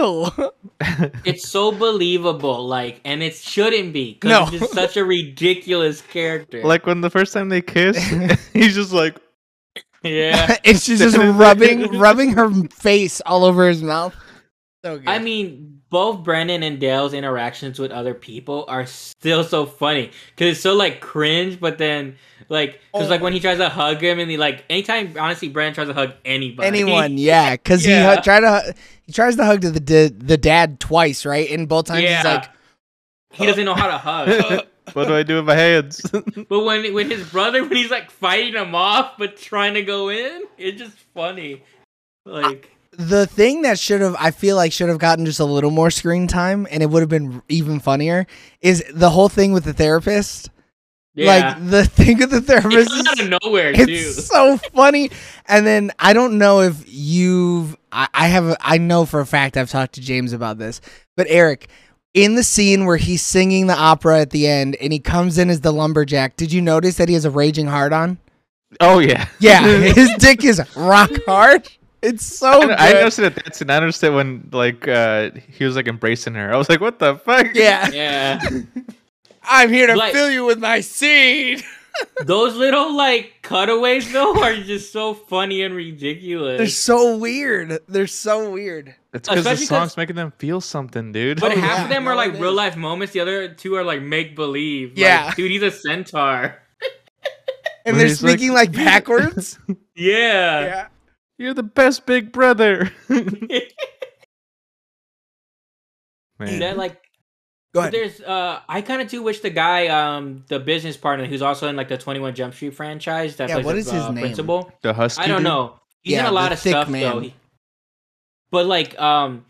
Speaker 3: ew.
Speaker 4: It's so believable, like, and it shouldn't be because
Speaker 3: No.
Speaker 4: it's just such a ridiculous character.
Speaker 2: like when the first time they kiss, he's just like,
Speaker 4: yeah.
Speaker 3: and she's just rubbing rubbing her face all over his mouth. So good.
Speaker 4: I mean, both Brendan and Dale's interactions with other people are still so funny because it's so like cringe, but then like because
Speaker 3: Oh.
Speaker 4: like when he tries to hug him and he like anytime honestly Brendan tries to hug anybody,
Speaker 3: anyone, yeah, because he
Speaker 4: Yeah.
Speaker 3: hu- tried to hu- he tries to hug to the d- the dad twice, right? And both times
Speaker 4: Yeah.
Speaker 3: he's like,
Speaker 4: he doesn't know how to hug.
Speaker 2: "What do I do with my hands?"
Speaker 4: but when when his brother when he's like fighting him off but trying to go in, it's just funny. Like
Speaker 3: the thing that should have I feel like should have gotten just a little more screen time and it would have been even funnier is the whole thing with the therapist.
Speaker 4: yeah,
Speaker 3: Like the thing with the
Speaker 4: it's
Speaker 3: therapist is
Speaker 4: out of nowhere too.
Speaker 3: it's so funny. And then I don't know if you've I, I have I know for a fact I've talked to James about this, but Eric, in the scene where he's singing the opera at the end and he comes in as the lumberjack, did you notice that he has a raging hard on?
Speaker 2: oh yeah,
Speaker 3: Yeah, his dick is rock hard. It's so
Speaker 2: I,
Speaker 3: good.
Speaker 2: I noticed it. That's and I noticed it when like uh, he was like embracing her. I was like, "What the fuck?"
Speaker 3: yeah.
Speaker 4: Yeah.
Speaker 3: I'm here
Speaker 4: to Like- fill
Speaker 3: you with my seed.
Speaker 4: Those little like cutaways though are just so funny and ridiculous.
Speaker 3: They're so weird. They're so weird.
Speaker 2: it's because the
Speaker 4: Especially 'cause-
Speaker 2: song's making them feel something, dude.
Speaker 4: but
Speaker 3: Oh,
Speaker 4: half
Speaker 3: yeah.
Speaker 4: of them
Speaker 3: No,
Speaker 4: are
Speaker 3: it
Speaker 4: like
Speaker 3: is.
Speaker 4: real life moments. The other two are like make believe.
Speaker 3: Yeah.
Speaker 4: like, dude, he's a centaur.
Speaker 3: And
Speaker 2: Where
Speaker 3: they're
Speaker 2: he's like-
Speaker 3: speaking like, backwards.
Speaker 4: Yeah.
Speaker 2: You're the best big brother. Man.
Speaker 4: that like
Speaker 3: Go
Speaker 4: but
Speaker 3: ahead.
Speaker 4: there's uh I kind of do wish the guy um the business partner who's also in like the 21 Jump Street franchise that
Speaker 3: Yeah,
Speaker 4: plays
Speaker 3: what
Speaker 4: the,
Speaker 3: is his
Speaker 4: uh,
Speaker 3: name?
Speaker 4: principal.
Speaker 2: the husky.
Speaker 4: I don't
Speaker 2: dude?
Speaker 4: know. He's in
Speaker 3: Yeah,
Speaker 4: a lot
Speaker 3: the
Speaker 4: of
Speaker 3: thick
Speaker 4: stuff though.
Speaker 3: man.
Speaker 4: He- but like um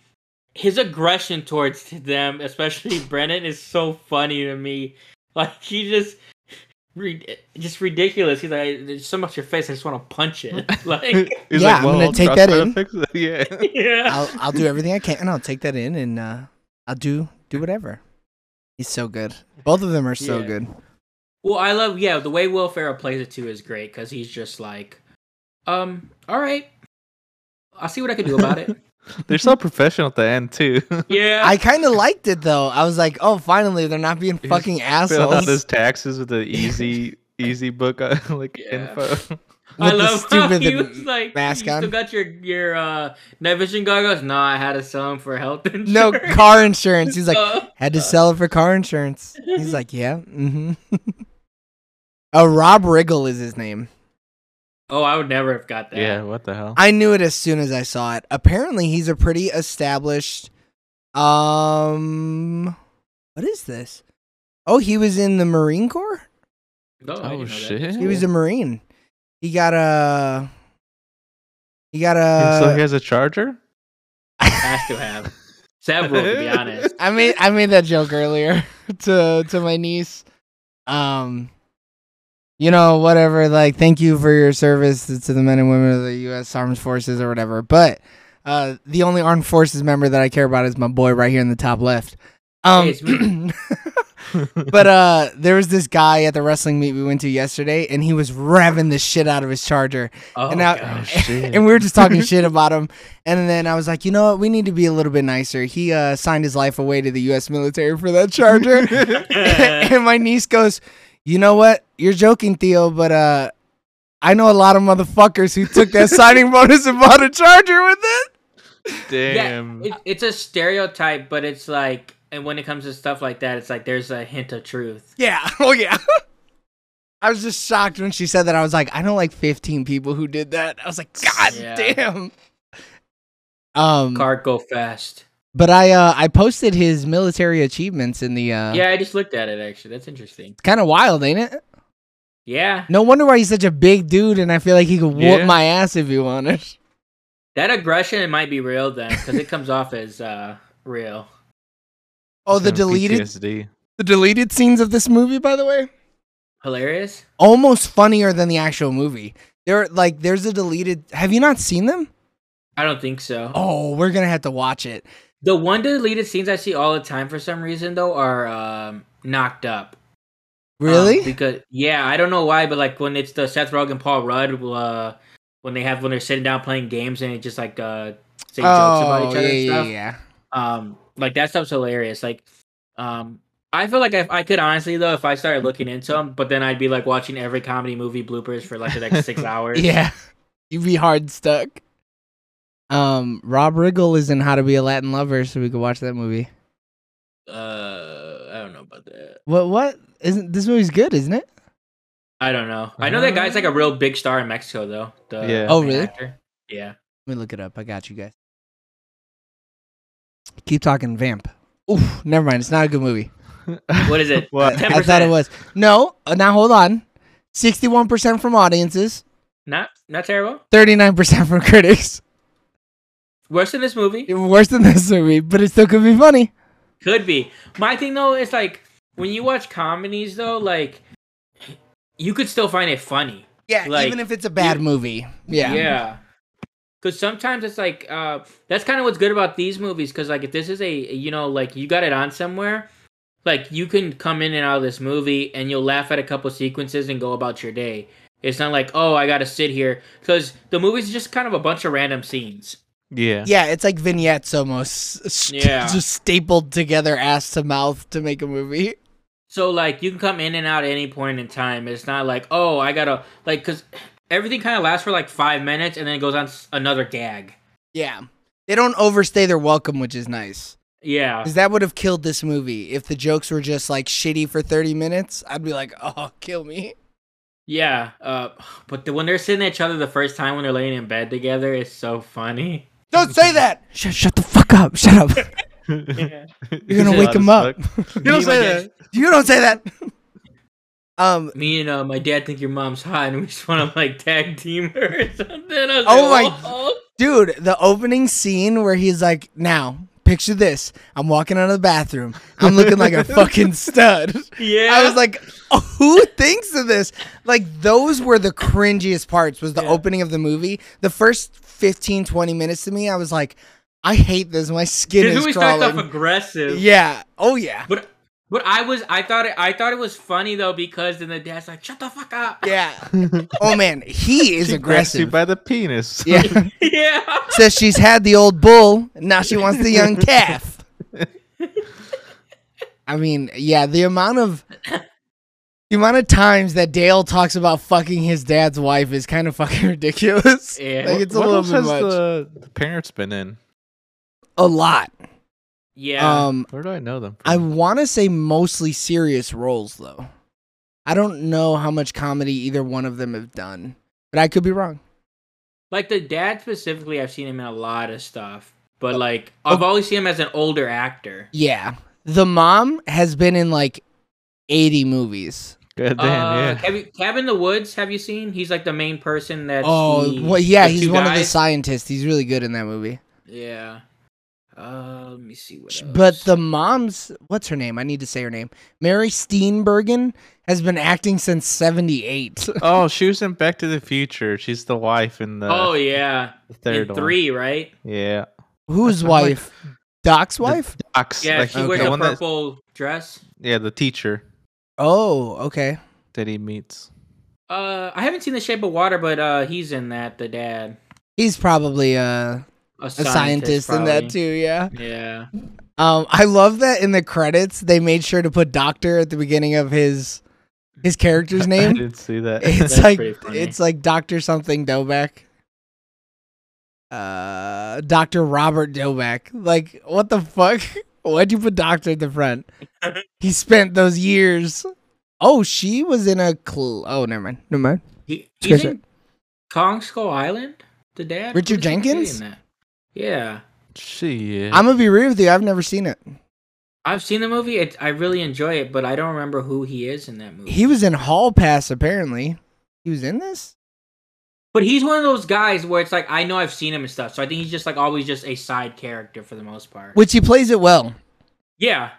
Speaker 4: his aggression towards them, especially Brennan, is so funny to me. Like he just re- just ridiculous. He's like, "There's so much your face. I just want to punch it." Like,
Speaker 2: He's
Speaker 3: Yeah, I'm gonna
Speaker 2: I'll-
Speaker 3: take
Speaker 2: I'll
Speaker 3: that
Speaker 2: try to
Speaker 3: in.
Speaker 2: fix it. Yeah.
Speaker 4: yeah.
Speaker 3: I'll I'll do everything I can and I'll take that in and uh, I'll do do whatever. He's so good. Both of them are so
Speaker 4: Yeah.
Speaker 3: good.
Speaker 4: Well, I love yeah the way Will Ferrell plays it too is great because he's just like, um, all right, I'll see what I can do about it.
Speaker 2: They're so professional at the end too.
Speaker 4: yeah,
Speaker 3: I kind of liked it though. I was like, oh, finally they're not being
Speaker 2: He's
Speaker 3: fucking
Speaker 2: Filled out
Speaker 3: assholes.
Speaker 2: his taxes with the easy easy book uh, like
Speaker 4: Yeah.
Speaker 2: info.
Speaker 3: with the
Speaker 4: I love
Speaker 3: stupid
Speaker 4: how he was like,
Speaker 3: mask
Speaker 4: you
Speaker 3: on."
Speaker 4: still got your your uh, night vision goggles? No, I had to sell them for health insurance.
Speaker 3: no car insurance. He's like,
Speaker 4: Uh,
Speaker 3: had to sell it for car insurance. He's like, yeah. Mm-hmm. oh, Rob Riggle is his name.
Speaker 4: oh, I would never have got that.
Speaker 2: Yeah, what the hell?
Speaker 3: I knew it as soon as I saw it. Apparently, he's a pretty established. Um, what is this? Oh, he was in the Marine Corps.
Speaker 4: No, I didn't know
Speaker 2: oh
Speaker 4: that.
Speaker 2: shit.
Speaker 3: He was a Marine. He got a. He got
Speaker 2: And so he
Speaker 3: a.
Speaker 2: has a charger?
Speaker 4: Has to have several, to be honest.
Speaker 3: I made I made that joke earlier to to my niece. Um, you know, whatever. Like, thank you for your service to the men and women of the U.S. Armed Forces or whatever. But uh, the only armed forces member that I care about is my boy right here in the top left. Um,
Speaker 4: Hey, it's me.
Speaker 3: but uh there was this guy at the wrestling meet we went to yesterday and he was revving the shit out of his charger
Speaker 4: Oh,
Speaker 3: and now
Speaker 4: gosh.
Speaker 2: shit.
Speaker 3: and we were just talking shit about him and then i was like you know what we need to be a little bit nicer he uh signed his life away to the us military for that charger and my niece goes you know what you're joking theo but uh i know a lot of motherfuckers who took that signing bonus and bought a charger with it
Speaker 2: Damn.
Speaker 4: Yeah, it, it's a stereotype, but it's like, and when it comes to stuff like that, it's like there's a hint of truth.
Speaker 3: yeah oh yeah I was just shocked when she said that. I was like, I know like 15 people who did that. I was like, God
Speaker 4: Yeah.
Speaker 3: damn. Um,
Speaker 4: Car go fast.
Speaker 3: But I uh, I posted his military achievements in the uh
Speaker 4: yeah, I just looked at it actually. That's interesting.
Speaker 3: kind of wild, ain't it?
Speaker 4: Yeah,
Speaker 3: No wonder why he's such a big dude and I feel like he could
Speaker 2: Yeah.
Speaker 3: whoop my ass if he wanted.
Speaker 4: that aggression might be real then, because it comes off as uh real.
Speaker 3: Oh, the
Speaker 2: Some
Speaker 3: deleted
Speaker 2: PTSD.
Speaker 3: the deleted scenes of this movie by the way.
Speaker 4: hilarious.
Speaker 3: Almost funnier than the actual movie. There, like, there's a deleted. Have you not seen them?
Speaker 4: I don't think so.
Speaker 3: Oh, we're gonna have to watch it.
Speaker 4: The one deleted scenes I see all the time for some reason though are um, knocked up. Um,
Speaker 3: Really?
Speaker 4: because yeah, I don't know why, but like when it's the Seth Rogen, Paul Rudd, uh, when they have when they're sitting down playing games and it just like uh, say jokes about each
Speaker 3: Oh, yeah,
Speaker 4: other and
Speaker 3: yeah,
Speaker 4: stuff.
Speaker 3: yeah.
Speaker 4: um like that stuff's hilarious like um i feel like if i could honestly though if i started looking into them but then i'd be like watching every comedy movie bloopers for like the next six hours
Speaker 3: Yeah. You'd be hard stuck. Um, Rob Riggle is in How to Be a Latin Lover, so we could watch that movie.
Speaker 4: uh i don't know about that
Speaker 3: What? What? Isn't this movie's good? Isn't it?
Speaker 4: i don't know i know that guy's like a real big star in mexico though the
Speaker 2: Yeah.
Speaker 3: Ah. Oh,
Speaker 4: main
Speaker 3: really?
Speaker 4: actor. yeah
Speaker 3: Let me look it up. I got you guys. Keep talking, vamp. Oof. Never mind. It's not a good movie.
Speaker 4: what is it
Speaker 2: What?
Speaker 4: 10%.
Speaker 3: I thought it was. No. uh, Now hold on. Sixty-one percent from audiences.
Speaker 4: not not terrible
Speaker 3: Thirty-nine percent from critics.
Speaker 4: worse than this movie
Speaker 3: Worse than this movie, but it still could be funny.
Speaker 4: Could be. My thing though is like when you watch comedies though, like you could still find it funny.
Speaker 3: Yeah,
Speaker 4: Like,
Speaker 3: even if it's a bad movie. Yeah.
Speaker 4: Yeah. Cause sometimes it's like uh that's kind of what's good about these movies. Cause like if this is a you know like you got it on somewhere, like you can come in and out of this movie and you'll laugh at a couple sequences and go about your day. It's not like oh I gotta sit here because the movie's just kind of a bunch of random scenes.
Speaker 2: yeah.
Speaker 3: Yeah, it's like vignettes almost. St-
Speaker 4: Yeah.
Speaker 3: Just stapled together ass to mouth to make a movie.
Speaker 4: So like you can come in and out at any point in time. It's not like oh I gotta like because everything kind of lasts for like five minutes and then it goes on s- another gag.
Speaker 3: Yeah. They don't overstay their welcome, which is nice.
Speaker 4: Yeah,
Speaker 3: Because that would have killed this movie. If the jokes were just like shitty for 30 minutes, I'd be like, oh, kill me.
Speaker 4: yeah. Uh, but the, when they're sitting at each other the first time when they're laying in bed together, it's so funny.
Speaker 3: Don't say that. Shut, shut the fuck up. Shut up. You're going to
Speaker 4: Loud
Speaker 3: wake him up.
Speaker 2: You don't
Speaker 4: Me and my
Speaker 2: say
Speaker 4: dad-
Speaker 2: that.
Speaker 3: you don't say that. um,
Speaker 4: Me and uh, my dad think your mom's hot, and we just want to like tag team her or something. I was
Speaker 3: Oh
Speaker 4: like,
Speaker 3: my- Dude, the opening scene where he's like, now, picture this. I'm walking out of the bathroom. I'm looking like a fucking stud.
Speaker 4: Yeah,
Speaker 3: I was like, who thinks of this? Like, those were the cringiest parts was the
Speaker 4: Yeah.
Speaker 3: opening of the movie. The first 15, 20 minutes to me, I was like, I hate this. My skin
Speaker 4: this
Speaker 3: is
Speaker 4: movie starts off
Speaker 3: crawling.
Speaker 4: aggressive.
Speaker 3: Yeah. Oh, yeah.
Speaker 4: But but I was I thought it I thought it was funny though because then the dad's like shut the fuck up.
Speaker 3: Yeah. Oh, man. He is
Speaker 2: She grabs you
Speaker 3: aggressive.
Speaker 2: by the penis.
Speaker 3: Yeah.
Speaker 4: yeah.
Speaker 3: Says she's had the old bull. Now she wants the young calf. I mean, yeah, the amount of the amount of times that Dale talks about fucking his dad's wife is kind of fucking ridiculous.
Speaker 4: Yeah.
Speaker 3: Like it's a
Speaker 2: what
Speaker 3: little
Speaker 2: else
Speaker 3: bit
Speaker 2: has
Speaker 3: much.
Speaker 2: the, the parents been in?
Speaker 3: A lot.
Speaker 4: Yeah.
Speaker 3: Um
Speaker 2: Where do I know them?
Speaker 3: I
Speaker 2: from?
Speaker 3: want to say mostly serious roles though. I don't know how much comedy either one of them have done, but I could be wrong.
Speaker 4: like the dad specifically, I've seen him in a lot of stuff.
Speaker 3: Oh,
Speaker 4: But like I've always seen him as an older actor.
Speaker 3: Yeah. The mom has been in like 80 movies.
Speaker 2: God
Speaker 4: uh,
Speaker 2: damn, yeah.
Speaker 4: have you- Cabin in the Woods, have you seen? He's like the main person that's
Speaker 3: Oh,
Speaker 4: the-
Speaker 3: well, yeah,
Speaker 4: the
Speaker 3: he's
Speaker 4: two
Speaker 3: one of the
Speaker 4: guys.
Speaker 3: scientists. He's really good in that movie.
Speaker 4: Yeah. Uh, let me see what else.
Speaker 3: But the mom's, what's her name? I need to say her name. Mary Steenburgen has been acting since 78.
Speaker 2: Oh, she was in Back to the Future. She's the wife in the,
Speaker 4: Oh yeah.
Speaker 2: the
Speaker 4: In
Speaker 2: Uh, third
Speaker 4: three, right?
Speaker 2: one. Yeah.
Speaker 3: Whose
Speaker 2: I'm like-
Speaker 3: wife? Doc's wife?
Speaker 2: Ox,
Speaker 4: Yeah,
Speaker 2: like,
Speaker 4: she
Speaker 2: the
Speaker 4: wears a
Speaker 2: one that-
Speaker 4: purple dress.
Speaker 2: yeah, the teacher
Speaker 3: Oh, okay.
Speaker 2: that he meets.
Speaker 4: Uh, I haven't seen The Shape of Water, but uh, he's in that. The dad,
Speaker 3: He's probably uh,
Speaker 4: a
Speaker 3: a
Speaker 4: scientist,
Speaker 3: scientist in
Speaker 4: probably.
Speaker 3: that too, yeah.
Speaker 4: Yeah.
Speaker 3: Um, I love that in the credits they made sure to put Doctor at the beginning of his his character's
Speaker 2: I
Speaker 3: name.
Speaker 2: didn't see that.
Speaker 3: It's
Speaker 4: That's
Speaker 3: like
Speaker 4: pretty funny.
Speaker 3: it's like Doctor something Doback. Uh, Doctor Robert Doback. Like, what the fuck? Why'd you put Doctor at the front? he spent those years. Oh, she was in a. Cl- oh, never mind. Never mind.
Speaker 4: He,
Speaker 3: Scratch
Speaker 4: he's in Kong Skull Island. The dad,
Speaker 3: Richard
Speaker 4: What is he doing
Speaker 3: Jenkins?
Speaker 4: in that? Yeah,
Speaker 2: she, yeah.
Speaker 3: I'm gonna be real with you. I've never seen it.
Speaker 4: Mm. I've seen the movie. It, I really enjoy it, but I don't remember who he is in that movie.
Speaker 3: He was in Hall Pass. Apparently, he was in this.
Speaker 4: but he's one of those guys where it's like I know I've seen him and stuff, so I think he's just like always just a side character for the most part.
Speaker 3: Which he plays it well.
Speaker 4: yeah,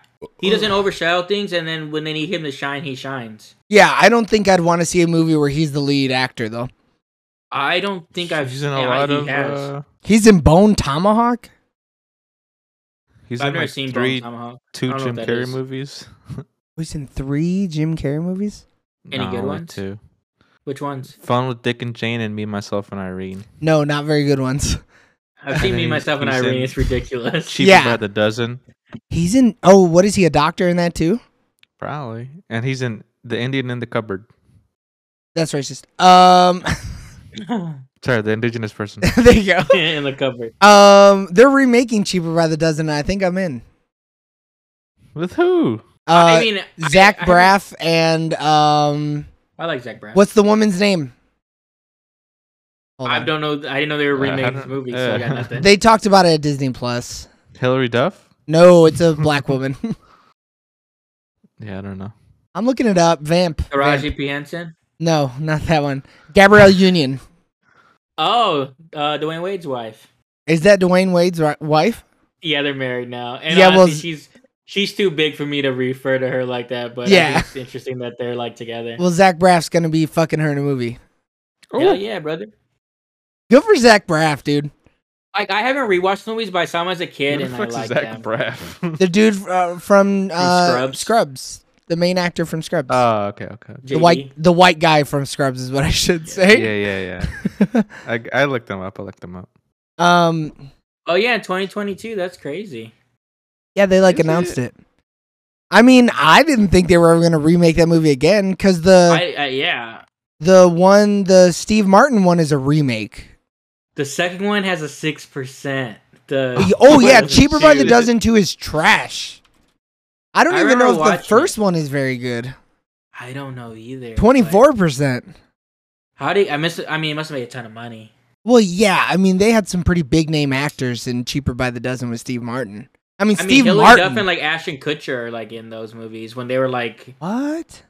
Speaker 4: He doesn't overshadow things, and then when they need him to shine, he shines.
Speaker 3: Yeah, I don't think I'd want to see a movie where he's the lead actor though.
Speaker 4: I don't think I've
Speaker 2: he's in a
Speaker 4: yeah,
Speaker 2: lot
Speaker 4: he
Speaker 2: of.
Speaker 4: has.
Speaker 2: Uh,
Speaker 3: He's in Bone Tomahawk.
Speaker 2: he's
Speaker 4: I've
Speaker 2: in
Speaker 4: never
Speaker 2: like
Speaker 4: seen
Speaker 2: three,
Speaker 4: Bone Tomahawk. I
Speaker 2: two
Speaker 4: don't know
Speaker 2: Jim
Speaker 4: what that
Speaker 2: Carrey
Speaker 4: is.
Speaker 2: movies.
Speaker 3: He's in three Jim Carrey movies.
Speaker 4: Any good
Speaker 2: only
Speaker 4: ones?
Speaker 2: Two.
Speaker 4: Which ones?
Speaker 2: Fun with Dick and Jane and me, myself, and Irene.
Speaker 3: No, not very good ones.
Speaker 4: I've seen
Speaker 2: And
Speaker 4: me,
Speaker 2: he's-
Speaker 4: myself, and
Speaker 2: he's in-
Speaker 4: Irene. It's ridiculous.
Speaker 2: Cheap
Speaker 3: Yeah.
Speaker 2: by the dozen,
Speaker 3: He's in. Oh, what is he? A doctor in that too?
Speaker 2: probably. And he's in The Indian in the Cupboard.
Speaker 3: That's racist. Um,
Speaker 4: in
Speaker 2: Sorry, the indigenous person.
Speaker 3: there you go.
Speaker 4: the cupboard.
Speaker 3: Um, they're remaking Cheaper by the Dozen. And I think I'm in.
Speaker 2: with who?
Speaker 3: Uh,
Speaker 4: I mean, I-
Speaker 3: Zach
Speaker 4: I-
Speaker 3: Braff and um,
Speaker 4: I, like Zach Braff.
Speaker 3: what's the woman's name? Hold
Speaker 4: I
Speaker 3: on.
Speaker 4: don't know. I didn't know they were
Speaker 2: Uh, I
Speaker 4: remaking this
Speaker 2: don't-
Speaker 4: movie, so I
Speaker 2: uh.
Speaker 4: got nothing.
Speaker 3: They talked about it at Disney Plus.
Speaker 2: Hillary Duff?
Speaker 3: No, it's a black woman.
Speaker 2: Yeah, I don't know.
Speaker 3: I'm looking it up. Vamp. Vamp.
Speaker 4: Taraji P. Henson.
Speaker 3: No, not that one. Gabrielle Union.
Speaker 4: Oh, uh, Dwayne Wade's wife.
Speaker 3: Is that Dwayne Wade's ri- wife?
Speaker 4: Yeah, they're married now. And
Speaker 3: Yeah,
Speaker 4: yeah,
Speaker 3: well,
Speaker 4: honestly, she's she's too big for me to refer to her like that. But yeah,
Speaker 3: Yeah.
Speaker 4: it's interesting that they're like together.
Speaker 3: Well, Zach Braff's gonna be fucking her in a movie.
Speaker 2: Oh,
Speaker 4: Hell yeah, brother.
Speaker 3: Good for Zach Braff, dude.
Speaker 4: Like I haven't rewatched movies, but I saw them as a kid,
Speaker 2: Who
Speaker 4: and
Speaker 2: the
Speaker 4: I
Speaker 2: fuck's
Speaker 4: like
Speaker 2: Zach
Speaker 4: them.
Speaker 2: Braff?
Speaker 3: The dude uh, from uh, Scrubs.
Speaker 4: Scrubs?
Speaker 3: the main actor from Scrubs.
Speaker 2: oh, okay, okay. okay.
Speaker 3: the
Speaker 4: JD.
Speaker 3: white, the white guy from Scrubs is what I should
Speaker 2: Yeah,
Speaker 3: say.
Speaker 2: yeah, yeah. I, I looked them up. I looked them up.
Speaker 3: um,
Speaker 4: Oh yeah, 2022. That's crazy.
Speaker 3: yeah, they like
Speaker 2: Is
Speaker 3: announced it? I mean, I didn't think they were ever gonna remake that movie again because the
Speaker 4: I, I yeah.
Speaker 3: the one, the Steve Martin one, is a remake.
Speaker 4: The second one has a six percent. The
Speaker 3: Y- Oh yeah,
Speaker 2: Dozen
Speaker 3: cheaper by the
Speaker 2: Two.
Speaker 3: dozen two is trash. I don't
Speaker 4: I
Speaker 3: even know
Speaker 4: remember
Speaker 3: if the
Speaker 4: watching
Speaker 3: first one is very good.
Speaker 4: I don't know either. like,
Speaker 3: Twenty four percent.
Speaker 4: how do you, I miss? I mean, it must have made a ton of money.
Speaker 3: Well, yeah, I mean they had some pretty big name actors in Cheaper by the Dozen with Steve Martin. I mean
Speaker 4: I mean,
Speaker 3: Steve
Speaker 4: Hillary
Speaker 3: Martin.
Speaker 4: Duff and like Ashton Kutcher are like in those movies when they were like,
Speaker 3: what?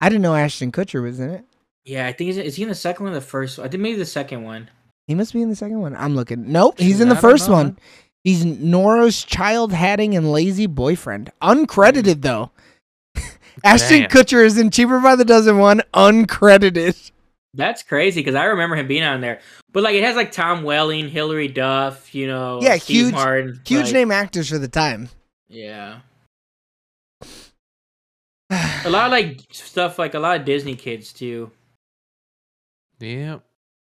Speaker 3: I didn't know Ashton Kutcher was in it.
Speaker 4: yeah, I think he's, is he in the second one or the first? one? I think maybe the second one.
Speaker 3: He must be in the second one. I'm looking. Nope, he's
Speaker 2: Shoot,
Speaker 3: in the
Speaker 2: I don't
Speaker 3: first
Speaker 2: know,
Speaker 3: one.
Speaker 2: man.
Speaker 3: He's Nora's child hatting and lazy boyfriend. Uncredited though. Ashton
Speaker 2: Damn.
Speaker 3: Kutcher is in Cheaper by the Dozen one, uncredited.
Speaker 4: That's crazy because I remember him being on there. But like, it has like Tom Welling, Hillary Duff, you know,
Speaker 3: Yeah,
Speaker 4: Steve
Speaker 3: huge-
Speaker 4: Martin,
Speaker 3: Huge
Speaker 4: like-
Speaker 3: name actors for the time.
Speaker 4: Yeah, a lot of like stuff like a lot of Disney kids too.
Speaker 2: Yep.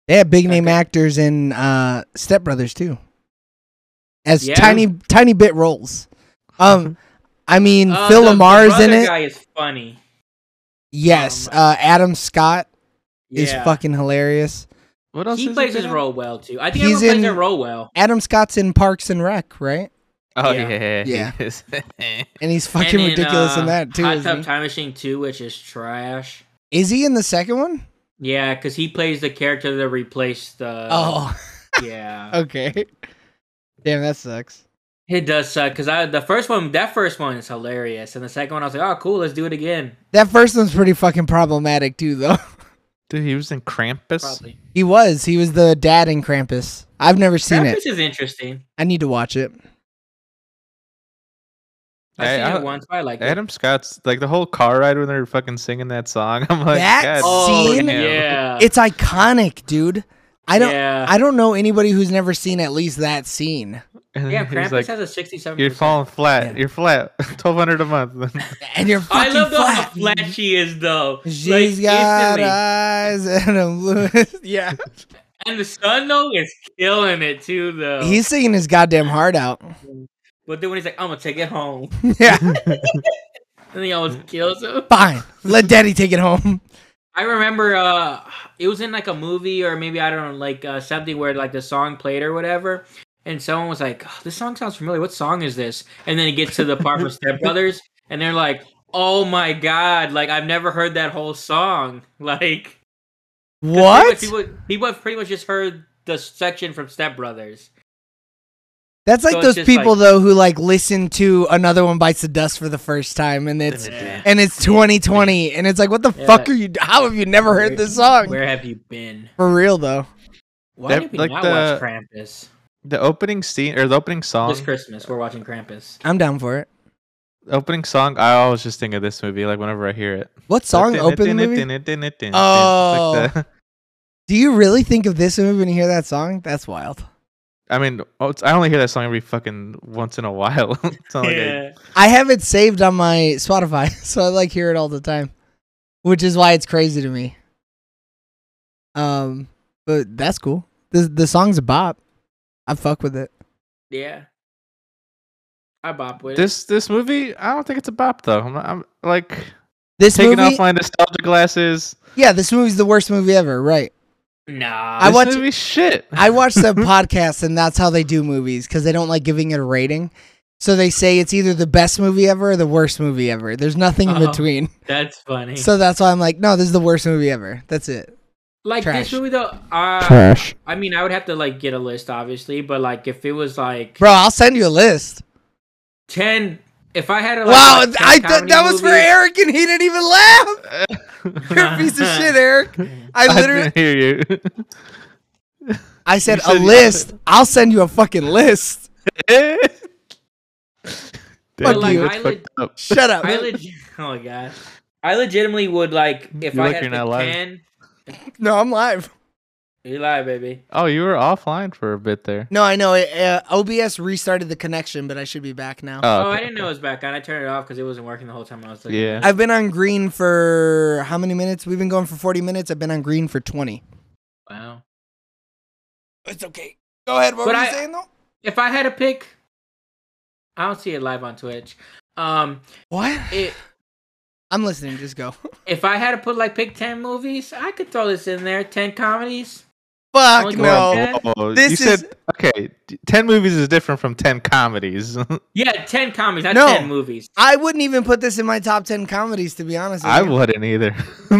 Speaker 3: They had big name
Speaker 4: Okay.
Speaker 3: actors in uh, Step Brothers too, as
Speaker 4: Yeah.
Speaker 3: tiny tiny bit roles. Um, I mean
Speaker 4: Uh,
Speaker 3: Phil
Speaker 4: the- the
Speaker 3: Lamar's in
Speaker 4: brother
Speaker 3: it.
Speaker 4: Guy is funny.
Speaker 3: yes,
Speaker 4: um,
Speaker 3: uh, Adam Scott is
Speaker 4: Yeah.
Speaker 3: fucking hilarious.
Speaker 2: What else?
Speaker 4: He
Speaker 2: is
Speaker 4: plays
Speaker 2: good
Speaker 4: his
Speaker 2: in?
Speaker 4: role well too. I think
Speaker 3: He's
Speaker 4: everyone plays
Speaker 3: in-
Speaker 4: their role well.
Speaker 3: Adam Scott's in Parks and Rec, right?
Speaker 2: Oh
Speaker 4: Yeah.
Speaker 2: yeah,
Speaker 3: Yeah.
Speaker 2: he is.
Speaker 3: And he's fucking
Speaker 4: And in,
Speaker 3: ridiculous in
Speaker 4: uh,
Speaker 3: that too.
Speaker 4: Hot
Speaker 3: Is
Speaker 4: Tub
Speaker 3: he?
Speaker 4: Time Machine 2, which is trash.
Speaker 3: Is he in the second one?
Speaker 4: Yeah, because he plays the character that replaced. Uh,
Speaker 3: oh,
Speaker 4: yeah,
Speaker 3: okay. Damn, that sucks.
Speaker 4: it does suck because I the first one, that first one is hilarious, and the second one I was like, oh cool, let's do it again.
Speaker 3: That first one's pretty fucking problematic too, though.
Speaker 2: Dude, he was in Krampus.
Speaker 4: Probably.
Speaker 3: he was. He was the dad in Krampus. I've never seen
Speaker 4: Krampus
Speaker 3: it.
Speaker 4: is interesting.
Speaker 3: I need to watch it.
Speaker 4: I've
Speaker 2: I-
Speaker 4: seen
Speaker 2: I-
Speaker 4: it once, but I like it.
Speaker 2: Adam Scott's like the whole car ride when they were fucking singing that song. I'm like,
Speaker 3: That
Speaker 2: God
Speaker 4: Oh
Speaker 3: scene-
Speaker 2: damn.
Speaker 4: yeah,
Speaker 3: It's iconic, dude. I don't.
Speaker 4: Yeah,
Speaker 3: I don't know anybody who's never seen at least that scene.
Speaker 2: And
Speaker 4: yeah
Speaker 2: he's
Speaker 4: Krampus
Speaker 2: like,
Speaker 4: has a sixty-seven.
Speaker 2: You're falling flat.
Speaker 3: Yeah.
Speaker 2: You're flat. Twelve hundred a month.
Speaker 3: And you're
Speaker 4: I
Speaker 3: fucking
Speaker 4: love the- how
Speaker 3: flat.
Speaker 4: flat she is though.
Speaker 3: She's
Speaker 4: like,
Speaker 3: got
Speaker 4: instantly.
Speaker 3: eyes and a blue. yeah,
Speaker 4: and the son though is killing it too though.
Speaker 3: he's singing his goddamn heart out.
Speaker 4: but then when he's like, I'm gonna take it home,
Speaker 3: Yeah,
Speaker 4: and he almost kills him.
Speaker 3: fine. Let Daddy take it home.
Speaker 4: I remember uh it was in like a movie or maybe I don't know like uh, something where like the song played or whatever and someone was like "Oh, this song sounds familiar what song is this and then it gets to the part with Step Brothers and they're like oh my god like I've never heard that whole song like 'cause
Speaker 3: What?
Speaker 4: pretty much people people have pretty much just heard the section from Step Brothers
Speaker 3: That's like
Speaker 4: so it's
Speaker 3: those
Speaker 4: just
Speaker 3: people
Speaker 4: like-
Speaker 3: though who like listen to another one bites the dust for the first time, and it's and it's 2020, and it's like, what the
Speaker 4: Yeah,
Speaker 3: fuck
Speaker 4: like-
Speaker 3: are you? How have you never heard this song?
Speaker 4: where have you been
Speaker 3: For real though.
Speaker 4: why
Speaker 2: That-
Speaker 4: did we
Speaker 2: like
Speaker 4: not
Speaker 2: the-
Speaker 4: watch Krampus
Speaker 2: the opening scene or the opening song.
Speaker 4: this Christmas we're watching Krampus
Speaker 3: I'm down for it.
Speaker 2: opening song, I always just think of this movie. Like whenever I hear it,
Speaker 3: What song opened the movie? Oh.
Speaker 2: It's like the-
Speaker 3: Do you really think of this movie when you hear that song? That's wild.
Speaker 2: I mean, oh, it's- I only hear that song every fucking once in a while. It's not like I-
Speaker 4: yeah.
Speaker 3: I have it saved on my Spotify, so I like hear it all the time, which is why it's crazy to me. Um, but that's cool. The the song's a bop. I fuck with it.
Speaker 4: yeah. I bop with
Speaker 2: this this movie, I don't think it's a bop though. I'm, I'm like
Speaker 3: This
Speaker 2: taking
Speaker 3: movie,
Speaker 2: off my nostalgia glasses.
Speaker 3: yeah, this movie's the worst movie ever. Right.
Speaker 4: it. Nah.
Speaker 3: I
Speaker 2: this
Speaker 3: watch-
Speaker 2: movie shit.
Speaker 3: I watched the podcast, and that's how they do movies because they don't like giving it a rating. So they say it's either the best movie ever or the worst movie ever. There's nothing in
Speaker 4: Uh-huh.
Speaker 3: between.
Speaker 4: That's funny.
Speaker 3: So that's why I'm like, no, this is the worst movie ever. That's it.
Speaker 4: like
Speaker 3: trash.
Speaker 4: this movie though, uh,
Speaker 1: Trash.
Speaker 4: I mean, I would have to like get a list, obviously, but like if it was like
Speaker 3: Bro, I'll send you a list.
Speaker 4: ten, if I had a like,
Speaker 3: Wow,
Speaker 4: like, 10
Speaker 3: I, th-
Speaker 4: comedy
Speaker 3: that was for
Speaker 4: movies-
Speaker 3: Eric, and he didn't even laugh. You're a piece of shit, Eric. I
Speaker 2: I
Speaker 3: literally,
Speaker 2: didn't hear you.
Speaker 3: I said
Speaker 2: you
Speaker 3: a
Speaker 2: said you-
Speaker 3: list. I'll send you a fucking list.
Speaker 2: Damn,
Speaker 3: But, like,
Speaker 2: you
Speaker 4: I leg-
Speaker 2: fucked up.
Speaker 3: Shut up.
Speaker 4: I leg- oh my god, I legitimately would like
Speaker 3: Mm,
Speaker 4: if
Speaker 2: You
Speaker 4: I
Speaker 2: like
Speaker 4: had
Speaker 2: you're
Speaker 4: the
Speaker 2: not live.
Speaker 4: ten.
Speaker 3: No, I'm live.
Speaker 4: You lie, baby.
Speaker 2: Oh, you were offline for a bit there.
Speaker 3: No, I know. it- Uh, OBS restarted the connection, but I should be back now.
Speaker 4: Oh, I
Speaker 2: okay,
Speaker 4: didn't know it was back on. I turned it off because it wasn't working the whole time I was
Speaker 2: okay.
Speaker 4: like,
Speaker 2: Yeah.
Speaker 3: I've been on green for how many minutes? We've been going for 40 minutes. I've been on green for 20.
Speaker 4: wow.
Speaker 3: It's okay. Go ahead. What
Speaker 4: But
Speaker 3: were you
Speaker 4: I-
Speaker 3: saying though?
Speaker 4: If I had to pick, I don't see it live on Twitch. Um,
Speaker 3: What?
Speaker 4: it,
Speaker 3: I'm listening. Just go.
Speaker 4: if I had to put like pick ten movies, I could throw this in there. Ten comedies.
Speaker 3: Fuck
Speaker 4: Only
Speaker 3: no.
Speaker 4: one.
Speaker 2: Whoa,
Speaker 3: This
Speaker 2: Oh, you
Speaker 3: is-
Speaker 2: said okay. d- Ten movies is different from ten comedies.
Speaker 4: Yeah, ten comedies, not
Speaker 3: No.
Speaker 4: ten movies.
Speaker 3: I wouldn't even put this in my top 10 comedies, to be honest. With
Speaker 2: I
Speaker 3: you.
Speaker 2: wouldn't either.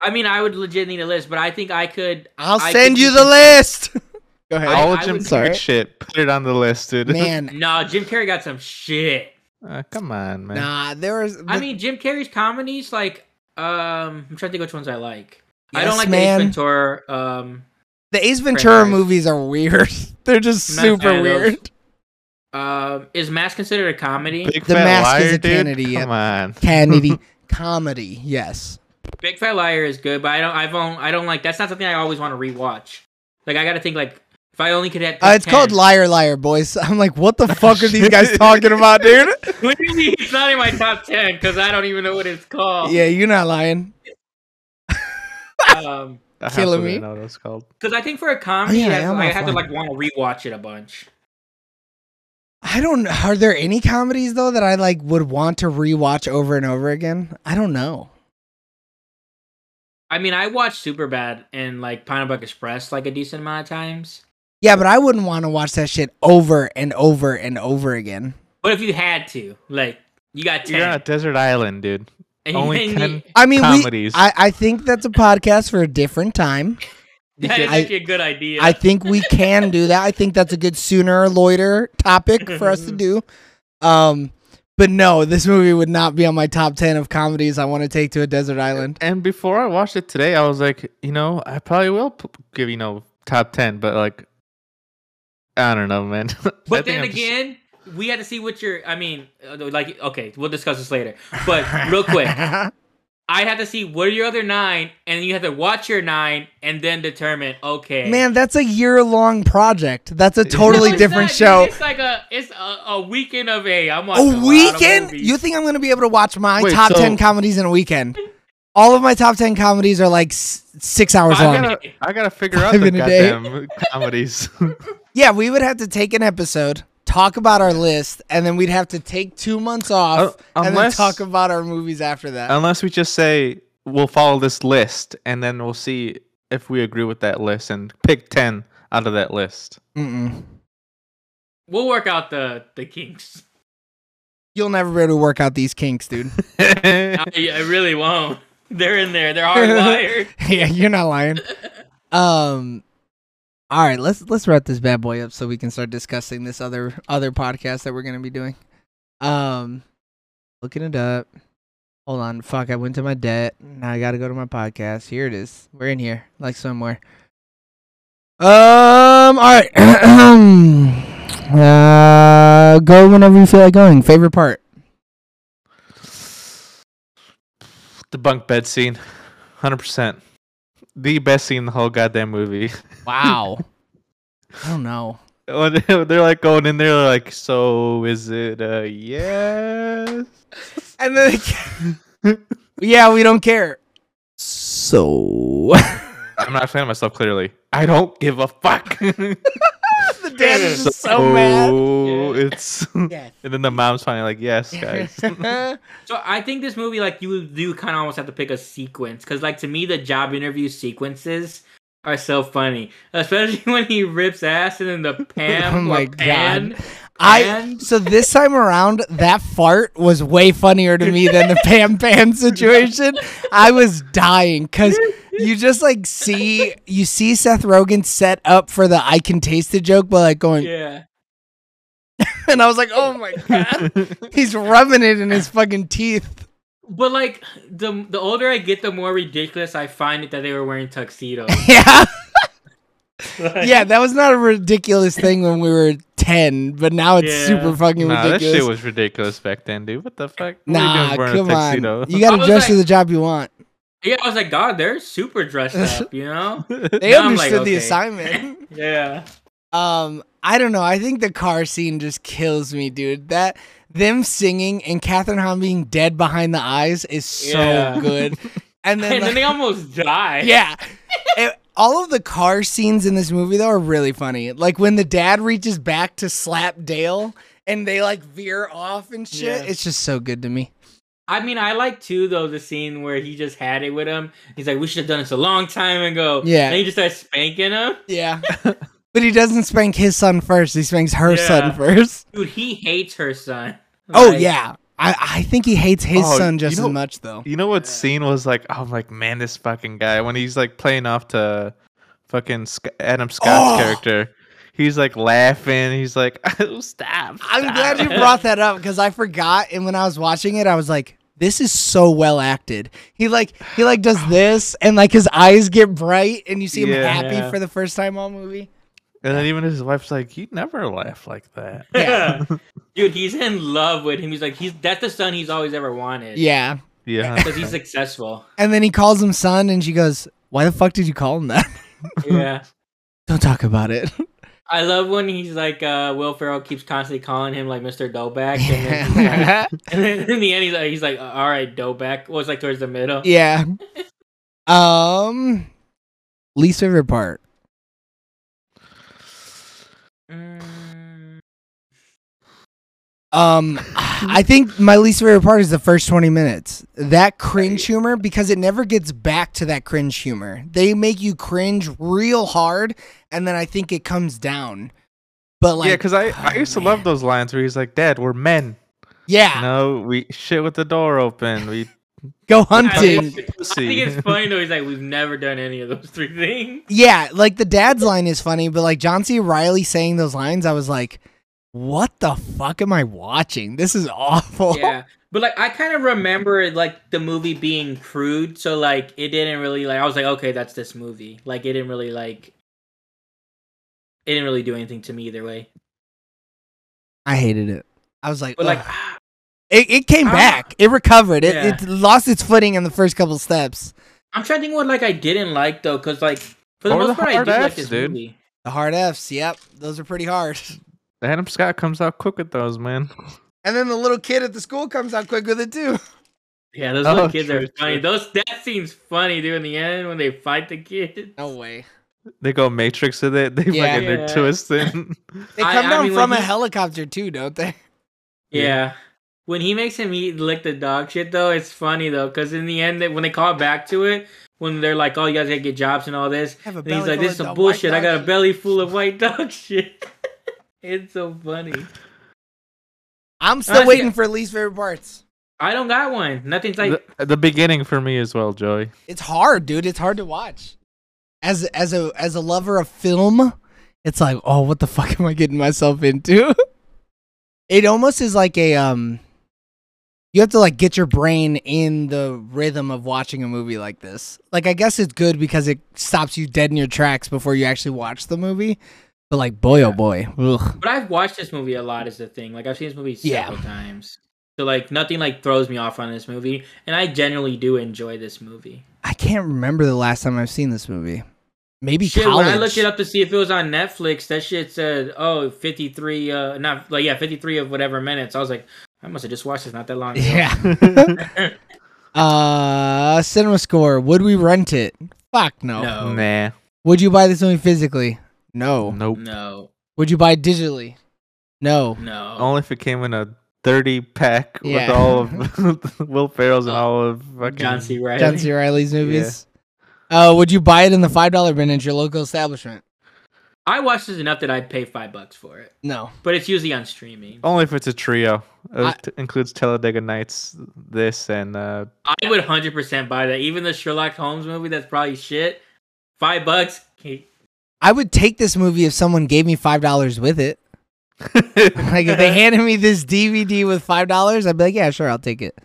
Speaker 4: I mean, I would legit need a list, but I think I could.
Speaker 3: I'll
Speaker 4: I
Speaker 3: send
Speaker 4: think
Speaker 3: you
Speaker 4: you
Speaker 3: the
Speaker 4: can-
Speaker 3: list. go ahead.
Speaker 2: All
Speaker 4: I
Speaker 2: Jim
Speaker 4: would-
Speaker 2: Carrey
Speaker 1: Sorry.
Speaker 2: shit. Put it on the list, dude.
Speaker 3: Man,
Speaker 4: No, Jim Carrey got some shit.
Speaker 2: Uh, come on, man.
Speaker 3: Nah, there was.
Speaker 4: I mean, Jim Carrey's comedies, like, um, I'm trying to think which ones I like. I
Speaker 3: Yes,
Speaker 4: don't like
Speaker 3: Man.
Speaker 4: the Ace Ventura. Um,
Speaker 3: the Ace Ventura
Speaker 4: franchise.
Speaker 3: movies are weird. They're just
Speaker 4: I'm not a fan
Speaker 3: super
Speaker 4: of those.
Speaker 3: weird.
Speaker 4: um, is Mask considered a comedy? Big,
Speaker 2: Big
Speaker 3: The
Speaker 2: fat
Speaker 3: Mask
Speaker 2: liar,
Speaker 3: is a
Speaker 2: dude.
Speaker 3: Kennedy,
Speaker 2: Come
Speaker 3: yep.
Speaker 2: on.
Speaker 3: Comedy, comedy, yes.
Speaker 4: Fat Liar is good, but I don't. I've on, I don't like. That's not something I always want to rewatch. Like, I gotta think like if I only could have.
Speaker 3: Uh, it's called
Speaker 4: like.
Speaker 3: Liar Liar Boys. I'm like, what the fuck are these guys talking about, dude?
Speaker 4: it's not in my top ten because I don't even know what it's called.
Speaker 3: yeah, you're not lying.
Speaker 4: Um,
Speaker 2: I also
Speaker 3: Killing
Speaker 2: didn't
Speaker 3: me.
Speaker 2: know what it's called.
Speaker 4: because I think for a comedy,
Speaker 3: Oh, yeah, I
Speaker 4: that's-
Speaker 3: am
Speaker 4: I, have to
Speaker 3: offline.
Speaker 4: like want to rewatch it a bunch.
Speaker 3: I don't. Are there any comedies though that I like would want to rewatch over and over again? I don't know.
Speaker 4: I mean, I watched Superbad and like Pineapple Express like a decent amount of times.
Speaker 3: Yeah, but I wouldn't want to watch that shit over and over and over again.
Speaker 4: But if you had to, like, you got 10
Speaker 2: You're on a desert island, dude.
Speaker 4: and
Speaker 2: only
Speaker 4: you,
Speaker 2: 10
Speaker 3: I mean, we.
Speaker 2: Comedies.
Speaker 3: I, I think that's a podcast for a different time.
Speaker 4: That is
Speaker 3: I-
Speaker 4: actually a good idea.
Speaker 3: I think we can do that. I think that's a good sooner or later topic for
Speaker 4: Mm-hmm.
Speaker 3: us to do. Um, but no, this movie would not be on my top ten of comedies I want to take to a desert island.
Speaker 2: And before I watched it today, I was like, you know, I probably will p- give you know top ten, but like, I don't know, man. I
Speaker 4: but
Speaker 2: think
Speaker 4: then
Speaker 2: I'm just-
Speaker 4: again, we had to see what your. I mean, uh, like, okay, we'll discuss this later. But real quick, I had to see what are your other nine, and you have to watch your nine and then determine. Okay,
Speaker 3: man, that's a year long project. That's a
Speaker 4: No,
Speaker 3: totally
Speaker 4: it's
Speaker 3: different
Speaker 4: not, dude.
Speaker 3: show.
Speaker 4: It's like a it's a, a weekend of a. I'm watching
Speaker 3: A
Speaker 4: lot of
Speaker 3: weekend?
Speaker 4: movies.
Speaker 3: You think I'm gonna be able to watch my
Speaker 2: Wait,
Speaker 3: top
Speaker 2: so-
Speaker 3: ten comedies in a weekend? All of my top ten comedies are like s- six hours
Speaker 4: Five
Speaker 3: long.
Speaker 2: I gotta, I gotta figure out
Speaker 3: Five
Speaker 2: the
Speaker 3: in a day.
Speaker 2: goddamn comedies.
Speaker 3: Yeah, we would have to take an episode, talk about our list, and then we'd have to take two months off
Speaker 2: Uh,
Speaker 3: and then
Speaker 2: unless- Uh,
Speaker 3: talk about our movies after that.
Speaker 2: Unless we just say we'll follow this list, and then we'll see if we agree with that list and pick ten out of that list.
Speaker 3: Mm-mm.
Speaker 4: we'll work out the the kinks?
Speaker 3: You'll never be able to work out these kinks, dude.
Speaker 4: I, I really won't. They're in there. They're hardwired.
Speaker 3: yeah, you're not lying. Um, all right, let's let's wrap this bad boy up so we can start discussing this other other podcast that we're gonna be doing. Um, looking it up. Hold on, fuck! I went to my debt. Now I gotta go to my podcast. Here it is. We're in here, like somewhere. Um. All right. uh, go whenever you feel like going. Favorite part.
Speaker 2: The bunk bed scene, hundred percent, the best scene in the whole goddamn movie.
Speaker 3: Wow. I don't know.
Speaker 2: When they're like going in there, like, so is it a yes?
Speaker 3: And then, yeah, we don't care.
Speaker 1: So
Speaker 2: I'm not explaining myself clearly. I don't give a fuck.
Speaker 3: The dad is just so mad.
Speaker 2: It's and
Speaker 3: Yes.
Speaker 2: then the mom's finally like, yes, guys.
Speaker 4: So I think this movie, like you do, kind of almost have to pick a sequence because, like, to me, the job interview sequences are so funny, especially when he rips ass and then the Pam
Speaker 3: Oh
Speaker 4: or
Speaker 3: my God.
Speaker 4: Pan.
Speaker 3: I
Speaker 4: Pan.
Speaker 3: so this time around, that fart was way funnier to me than the Pam Pam situation. I was dying because you just like see you see Seth Rogen set up for the I can taste the joke, but like going,
Speaker 4: yeah,
Speaker 3: and I was like, oh my god, he's rubbing it in his fucking teeth.
Speaker 4: but like the the older I get, the more ridiculous I find it that they were wearing tuxedos.
Speaker 3: Yeah, yeah, that was not a ridiculous thing when we were ten, but now it's
Speaker 4: Yeah.
Speaker 3: super fucking
Speaker 2: nah,
Speaker 3: ridiculous.
Speaker 2: this shit was ridiculous back then, dude. What the fuck? What are
Speaker 3: nah,
Speaker 2: you doing
Speaker 3: come
Speaker 2: wearing a
Speaker 3: on,
Speaker 2: tuxedo?
Speaker 3: you got
Speaker 4: I
Speaker 3: to
Speaker 4: was
Speaker 3: dress
Speaker 4: like-
Speaker 3: to the job you want.
Speaker 4: yeah, I was like, God, they're super dressed up, you know?
Speaker 3: They
Speaker 4: Now I'm like,
Speaker 3: understood the
Speaker 4: okay.
Speaker 3: assignment.
Speaker 4: yeah.
Speaker 3: Um, I don't know. I think the car scene just kills me, dude. That them singing and Catherine Hahn being dead behind the eyes is so
Speaker 4: Yeah.
Speaker 3: good. And then,
Speaker 4: And then
Speaker 3: like,
Speaker 4: they almost die.
Speaker 3: yeah, It- all of the car scenes in this movie though are really funny. Like when the dad reaches back to slap Dale and they like veer off and shit.
Speaker 4: Yeah.
Speaker 3: It's just so good to me.
Speaker 4: I mean, I like too though the scene where he just had it with him. He's like, "We should have done this a long time ago."
Speaker 3: Yeah.
Speaker 4: and he just starts spanking him.
Speaker 3: Yeah. But he doesn't spank his son first. He spanks her son
Speaker 4: Yeah.
Speaker 3: first.
Speaker 4: Dude, he hates her son.
Speaker 3: Oh
Speaker 4: Like,
Speaker 3: yeah, I, I think he hates his
Speaker 2: Oh,
Speaker 3: son just
Speaker 2: you know-
Speaker 3: as much though.
Speaker 2: You know what scene was like? I'm like, man, this fucking guy. When he's like playing off to fucking Sc- Adam Scott's
Speaker 3: Oh!
Speaker 2: character, he's like laughing. He's like, oh, stop.
Speaker 3: I'm glad you
Speaker 2: stop."
Speaker 3: brought that up because I forgot. And when I was watching it, I was like, "This is so well acted." He like he like does this, and like his eyes get bright, and you see him
Speaker 2: Yeah.
Speaker 3: happy
Speaker 4: Yeah.
Speaker 3: for the first time all movie.
Speaker 2: And then even his wife's like, you never laugh like that.
Speaker 3: Yeah.
Speaker 4: dude, he's in love with him. He's like, he's that's the son he's always ever wanted.
Speaker 3: Yeah,
Speaker 2: Yeah.
Speaker 4: because he's successful.
Speaker 3: and then he calls him son, and she goes, "Why the fuck did you call him that?
Speaker 4: Yeah,
Speaker 3: Don't talk about it."
Speaker 4: I love when he's like, uh, Will Ferrell keeps constantly calling him like Mr. Doback, and then, he's like-
Speaker 3: yeah.
Speaker 4: and then in the end, he's like, he's like, "All right, Doback." Well, it's like towards the middle.
Speaker 3: yeah. Um, least favorite part.
Speaker 4: Mm,
Speaker 3: Um, I think my least favorite part is the first 20 minutes. That cringe humor, because it never gets back to that cringe humor. They make you cringe real hard, and then I think it comes down. But like,
Speaker 2: yeah, because I, I
Speaker 3: oh,
Speaker 2: used to love
Speaker 3: man. Ah.
Speaker 2: those lines where he's like, Dad, we're men.
Speaker 3: Yeah,
Speaker 2: No, we shit with the door open. We
Speaker 3: go
Speaker 4: I think,
Speaker 3: hunting.
Speaker 4: it's- I think it's funny though. He's like, "We've never done any of those three things."
Speaker 3: Yeah, like the dad's line is funny, but like John C. Riley saying those lines, I was like, what the fuck am I watching? This is
Speaker 2: Oh.
Speaker 3: awful.
Speaker 4: yeah but like i kind of remember it, like the movie being crude so like it didn't really like i was like okay that's this movie like it didn't really like it didn't really do anything to me either way
Speaker 3: I hated it. I was like,
Speaker 4: but like
Speaker 3: ugh. it, it came
Speaker 4: Ah.
Speaker 3: back. It recovered. It,
Speaker 4: Yeah.
Speaker 3: it lost its footing in the first couple steps.
Speaker 4: i'm trying to think what like i didn't like though because like for the
Speaker 2: Or the
Speaker 4: most part i
Speaker 2: hard
Speaker 4: did like
Speaker 2: Fs,
Speaker 4: this
Speaker 2: dude.
Speaker 4: movie
Speaker 3: The hard F's, yep. Those are pretty hard.
Speaker 2: Adam Scott comes out quick with those, man.
Speaker 3: And then the little kid at the school comes out quick with it too.
Speaker 4: yeah those
Speaker 2: Oh,
Speaker 4: little kids are
Speaker 2: true,
Speaker 4: funny
Speaker 2: true.
Speaker 4: those that seems funny dude in the end when they fight the kid
Speaker 3: No way.
Speaker 2: They go Matrix with it. They
Speaker 3: Yeah.
Speaker 2: fucking
Speaker 4: Yeah.
Speaker 2: they're twisting.
Speaker 3: They
Speaker 4: I-
Speaker 3: come
Speaker 4: I
Speaker 3: down
Speaker 4: mean, when
Speaker 3: from a
Speaker 4: he-
Speaker 3: helicopter too, don't they?
Speaker 2: Yeah.
Speaker 4: yeah. when he makes him eat lick the dog shit though it's funny though because in the end they, when they call back to it when they're like oh you guys gotta get jobs and all this
Speaker 3: Have a
Speaker 4: And he's like, "This is some bullshit. I got a belly full of white dog shit." it's so funny.
Speaker 3: I'm still
Speaker 4: Honestly,
Speaker 3: waiting for least favorite parts.
Speaker 4: I don't got one. Nothing's like
Speaker 2: the, the beginning for me as well, Joey.
Speaker 3: It's hard, dude. It's hard to watch. As as a as a lover of film, it's like, oh, what the fuck am I getting myself into? it almost is like a um. You have to like get your brain in the rhythm of watching a movie like this. Like I guess it's good because it stops you dead in your tracks before you actually watch the movie. But like, boy, oh boy, ugh.
Speaker 4: but I've watched this movie a lot. Is the thing like I've seen this movie
Speaker 3: Yeah.
Speaker 4: several times. So like nothing like throws me off on this movie, and I generally do enjoy this movie.
Speaker 3: I can't remember the last time I've seen this movie. Maybe
Speaker 4: Shit,
Speaker 3: college.
Speaker 4: when I looked it up to see if it was on Netflix, that shit said, "Oh, 53 uh not like yeah, 53 of whatever minutes." I was like, I must have just watched this not that long ago.
Speaker 3: Yeah. uh, cinema score. Would we rent it? Fuck no.
Speaker 4: No.
Speaker 2: Nah.
Speaker 3: Would you buy this movie physically? No.
Speaker 2: Nope.
Speaker 4: Oh, No.
Speaker 3: Would you buy it digitally? No.
Speaker 4: No.
Speaker 2: Only if it came in a 30 pack
Speaker 3: Yeah.
Speaker 2: with all of Will Ferrell's and all of fucking.
Speaker 4: Oh, John C. Riley.
Speaker 3: John C. Riley's movies. Uh, would you buy it in the five dollar bin at your local establishment?
Speaker 4: I watched this enough that I'd pay five bucks for it,
Speaker 3: No.
Speaker 4: but it's usually on streaming.
Speaker 2: Only if it's a trio. It
Speaker 3: I-
Speaker 2: t- includes Talladega Nights, this, and uh,
Speaker 4: I would 100% buy that. Even the Sherlock Holmes movie, that's probably shit. Five bucks. okay.
Speaker 3: I would take this movie if someone gave me five dollars with it. Like if they handed me this DVD with five dollars, I'd be like, yeah, sure, I'll take it.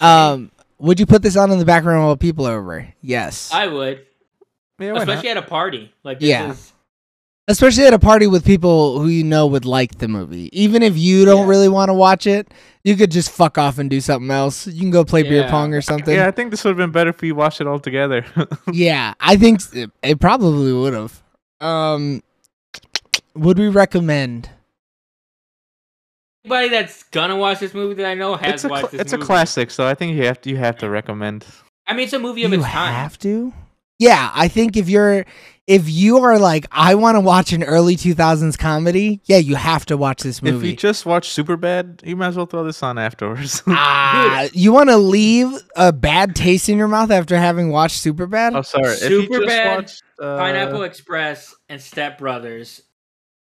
Speaker 3: Um, would you put this on in the background while people are over? Yes.
Speaker 4: I would,
Speaker 2: yeah, why not?
Speaker 4: especially at a party. Like this
Speaker 3: Yeah.
Speaker 4: is-
Speaker 3: Especially at a party with people who you know would like the movie. Even if you don't
Speaker 4: Yeah.
Speaker 3: really want to watch it, you could just fuck off and do something else. You can go play beer
Speaker 4: Yeah.
Speaker 3: pong or something.
Speaker 2: yeah,
Speaker 3: Yeah,
Speaker 2: I think this would have been better if we watched it all together.
Speaker 3: I think s- it, it probably would have. Um, would we recommend?
Speaker 4: anybody that's gonna watch this movie that I know has
Speaker 2: it's a
Speaker 4: watched
Speaker 2: cl-
Speaker 4: this
Speaker 2: it's a
Speaker 4: movie.
Speaker 2: classic, so I think you have to you have to recommend.
Speaker 4: I mean, it's a movie of
Speaker 3: you
Speaker 4: its time.
Speaker 3: have to. Yeah, I think if you're if you are like I want to watch an early 2000s comedy, yeah, you have to watch this
Speaker 2: If you
Speaker 3: movie.
Speaker 2: just watch Superbad, you might as well throw this on afterwards.
Speaker 3: Ah, you want to leave a bad taste in your mouth after having watched Superbad?
Speaker 2: oh, sorry. if you just
Speaker 4: Superbad,
Speaker 2: watched, uh,
Speaker 4: Pineapple Express and Step Brothers,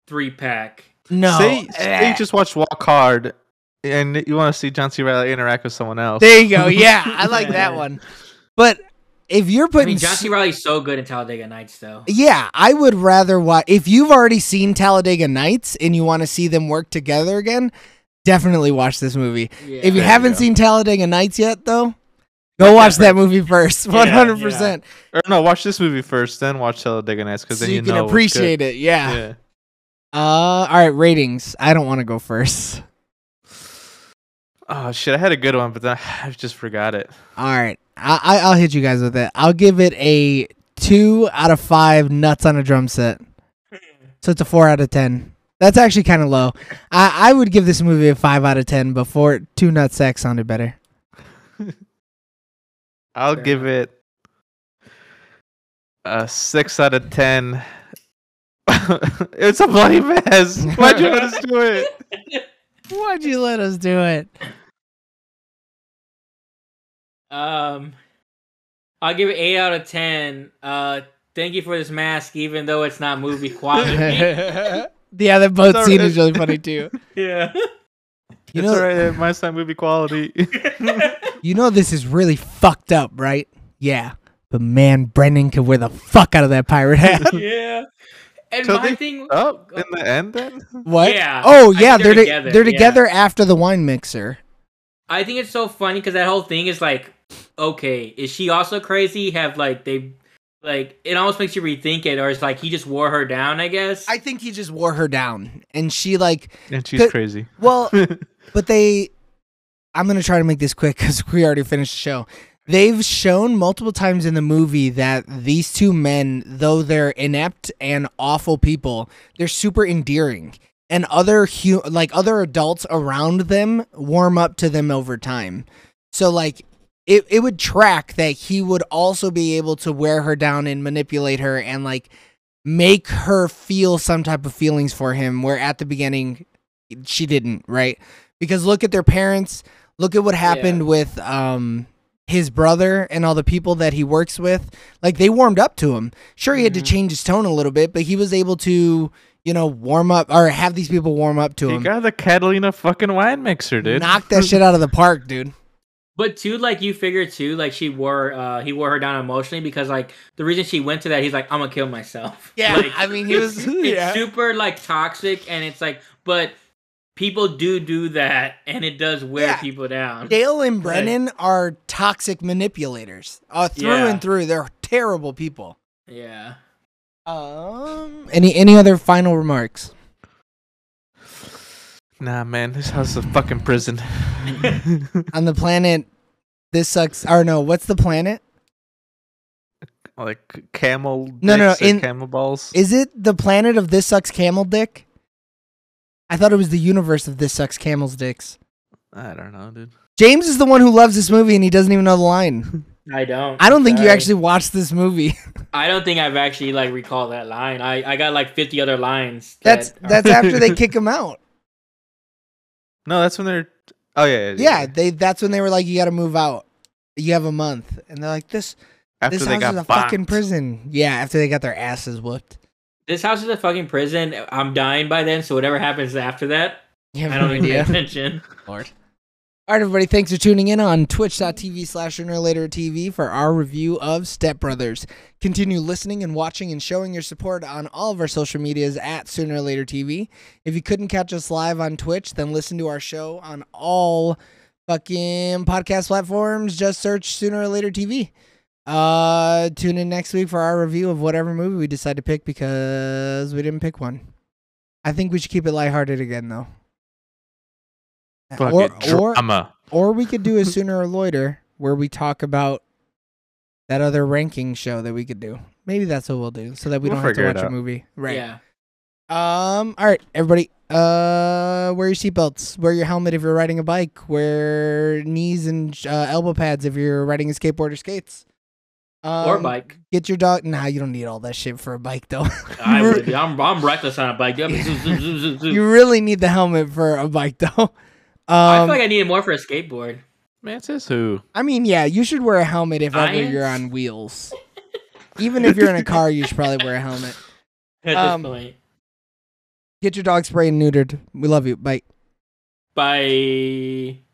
Speaker 4: three pack.
Speaker 3: no.
Speaker 2: Say, say
Speaker 3: Eh.
Speaker 2: you just watched Walk Hard, and you want to see John C. Riley interact with someone else.
Speaker 3: Oh. There you go. Yeah, I like that
Speaker 4: Yeah.
Speaker 3: one. But if you're
Speaker 4: I
Speaker 3: putting,
Speaker 4: mean, John
Speaker 3: s-
Speaker 4: C. Riley's so good in Talladega Nights, though.
Speaker 3: yeah, I would rather watch. If you've already seen Talladega Nights and you want to see them work together again, definitely watch this movie.
Speaker 4: Yeah.
Speaker 3: if you
Speaker 2: there you
Speaker 3: haven't
Speaker 2: go.
Speaker 3: seen Talladega Nights yet, though, go watch that movie first. One hundred percent,
Speaker 2: Or no, watch this movie first, then watch Talladega Nights, because
Speaker 3: so
Speaker 2: then
Speaker 3: you,
Speaker 2: you,
Speaker 3: can
Speaker 2: know what's
Speaker 3: appreciate it.
Speaker 2: good.
Speaker 3: Yeah.
Speaker 2: Yeah.
Speaker 3: Uh, all right, ratings. I don't want to go first.
Speaker 2: Oh shit, I had a good one, but then I just forgot it.
Speaker 3: All right, I, I I'll hit you guys with it. I'll give it a two out of five nuts on a drum set. So it's a four out of ten. That's actually kind of low. I I would give this movie a five out of ten before two nut sack sounded better.
Speaker 2: I'll
Speaker 4: Fair
Speaker 2: give it a six out of ten. it's a bloody mess. Why'd you let us do it?
Speaker 3: Why'd you let us do it?
Speaker 4: Um, I'll give it eight out of ten. Uh, thank you for this mask, even though it's not movie quality.
Speaker 3: yeah, that boat
Speaker 2: It's
Speaker 3: scene
Speaker 2: alright.
Speaker 3: is really funny too.
Speaker 4: yeah.
Speaker 2: it's
Speaker 3: You know,
Speaker 2: alright, it might sound movie quality.
Speaker 3: you know this is really fucked up, right? Yeah, but man, Brendan could wear the fuck out of that pirate hat.
Speaker 4: yeah. And
Speaker 2: So
Speaker 4: my
Speaker 2: they-
Speaker 4: thing.
Speaker 2: Up Oh, in the end then?
Speaker 3: what?
Speaker 4: Yeah,
Speaker 3: Oh
Speaker 4: I think
Speaker 3: yeah,
Speaker 4: they're
Speaker 3: they're to-
Speaker 4: together,
Speaker 3: they're
Speaker 4: yeah.
Speaker 3: together after the wine mixer.
Speaker 4: I think it's so funny because that whole thing is like, okay, is she also crazy? Have like they, like it almost makes you rethink it, or it's like he just wore her down, I guess.
Speaker 3: I think he just wore her down, and she like
Speaker 2: And she's
Speaker 3: Could-
Speaker 2: crazy.
Speaker 3: well, but they i'm going to try to make this quick because we already finished the show they've shown multiple times in the movie that these two men though they're inept and awful people they're super endearing and other hu- like other adults around them warm up to them over time so like it, it would track that he would also be able to wear her down and manipulate her and like make her feel some type of feelings for him where at the beginning she didn't right because look at their parents look at what happened with um his brother and all the people that he works with like they warmed up to him sure he had to
Speaker 4: Mhm.
Speaker 3: change his tone a little bit but he was able to you know warm up or have these people warm up to
Speaker 2: You
Speaker 3: him
Speaker 2: got the Catalina fucking wine mixer, dude.
Speaker 3: knock that shit out of the park dude
Speaker 4: But too, like you figure too, like she wore, uh, he wore her down emotionally because like the reason she went to that, he's like, I'm gonna kill myself.
Speaker 3: Yeah,
Speaker 4: Like,
Speaker 3: I mean, he was-
Speaker 4: It's, it's
Speaker 3: yeah.
Speaker 4: super like toxic, and it's like, but people do do that, and it does wear
Speaker 3: Yeah.
Speaker 4: people down.
Speaker 3: Dale and Brennan are toxic manipulators. Uh, through
Speaker 4: Yeah.
Speaker 3: and through, they're terrible people.
Speaker 4: yeah.
Speaker 3: Um, any any other final remarks?
Speaker 2: Nah, man, this house is a fucking prison.
Speaker 3: On the planet, this sucks. Or no, what's the planet?
Speaker 2: like camel.
Speaker 3: No, no,
Speaker 2: dicks or
Speaker 3: in-
Speaker 2: camel balls.
Speaker 3: Is it the planet of this sucks camel dick? I thought it was the universe of this sucks camel's dicks.
Speaker 2: I don't know, dude.
Speaker 3: James is the one who loves this movie and he doesn't even know the line.
Speaker 4: I don't.
Speaker 3: I don't think you
Speaker 4: Sorry.
Speaker 3: actually watched this movie.
Speaker 4: I don't think I've actually like recalled that line. I I got like fifty other lines. that
Speaker 3: That's
Speaker 4: are-
Speaker 3: that's after they kick him out.
Speaker 2: No, that's when they're. Oh yeah.
Speaker 3: Yeah, they that's when they were like, you got to move out. You have a month, and they're like, this
Speaker 2: After
Speaker 3: this
Speaker 2: they
Speaker 3: house
Speaker 2: got
Speaker 3: is a
Speaker 2: bombed.
Speaker 3: fucking prison. Yeah, after they got their asses whooped.
Speaker 4: this house is a fucking prison. I'm dying by then, so whatever happens after that,
Speaker 3: You have
Speaker 4: I don't
Speaker 3: no
Speaker 4: even pay
Speaker 3: idea.
Speaker 4: attention.
Speaker 3: All right, everybody, thanks for tuning in on twitch.tv slash sooner or later TV for our review of Step Brothers. Continue listening and watching and showing your support on all of our social medias at Sooner or Later TV. If you couldn't catch us live on Twitch, then listen to our show on all fucking podcast platforms. Just search Sooner or Later TV. Uh, tune in next week for our review of whatever movie we decide to pick because we didn't pick one. I think we should keep it lighthearted again, though.
Speaker 2: Fucking drama.
Speaker 3: Or we could do a sooner or later where we talk about that other ranking show that we could do. Maybe that's what we'll do so that we
Speaker 2: We'll
Speaker 3: don't have to
Speaker 2: figure it
Speaker 3: watch a
Speaker 2: out.
Speaker 3: movie. Right.
Speaker 4: Yeah.
Speaker 3: Um all right, everybody. Uh wear your seatbelts, wear your helmet if you're riding a bike, wear knees and uh, elbow pads if you're riding a skateboard or skates. Um,
Speaker 4: or bike.
Speaker 3: Get your dog. Nah, you don't need all that shit for a bike though.
Speaker 4: I
Speaker 3: re-
Speaker 4: would. I'm, I'm reckless on a bike. Zoom, zoom, zoom, zoom, zoom, zoom.
Speaker 3: you really need the helmet for a bike though. Um,
Speaker 4: I
Speaker 3: I,
Speaker 4: feel like I needed more for a skateboard.
Speaker 2: Man, says who?
Speaker 3: mean, yeah, you should wear a helmet if ever
Speaker 4: Science?
Speaker 3: you're on wheels. Even if you're in a car, you should probably wear a helmet.
Speaker 4: At
Speaker 3: Um,
Speaker 4: this point.
Speaker 3: Get your dog sprayed and neutered. We love you. Bye.
Speaker 4: Bye.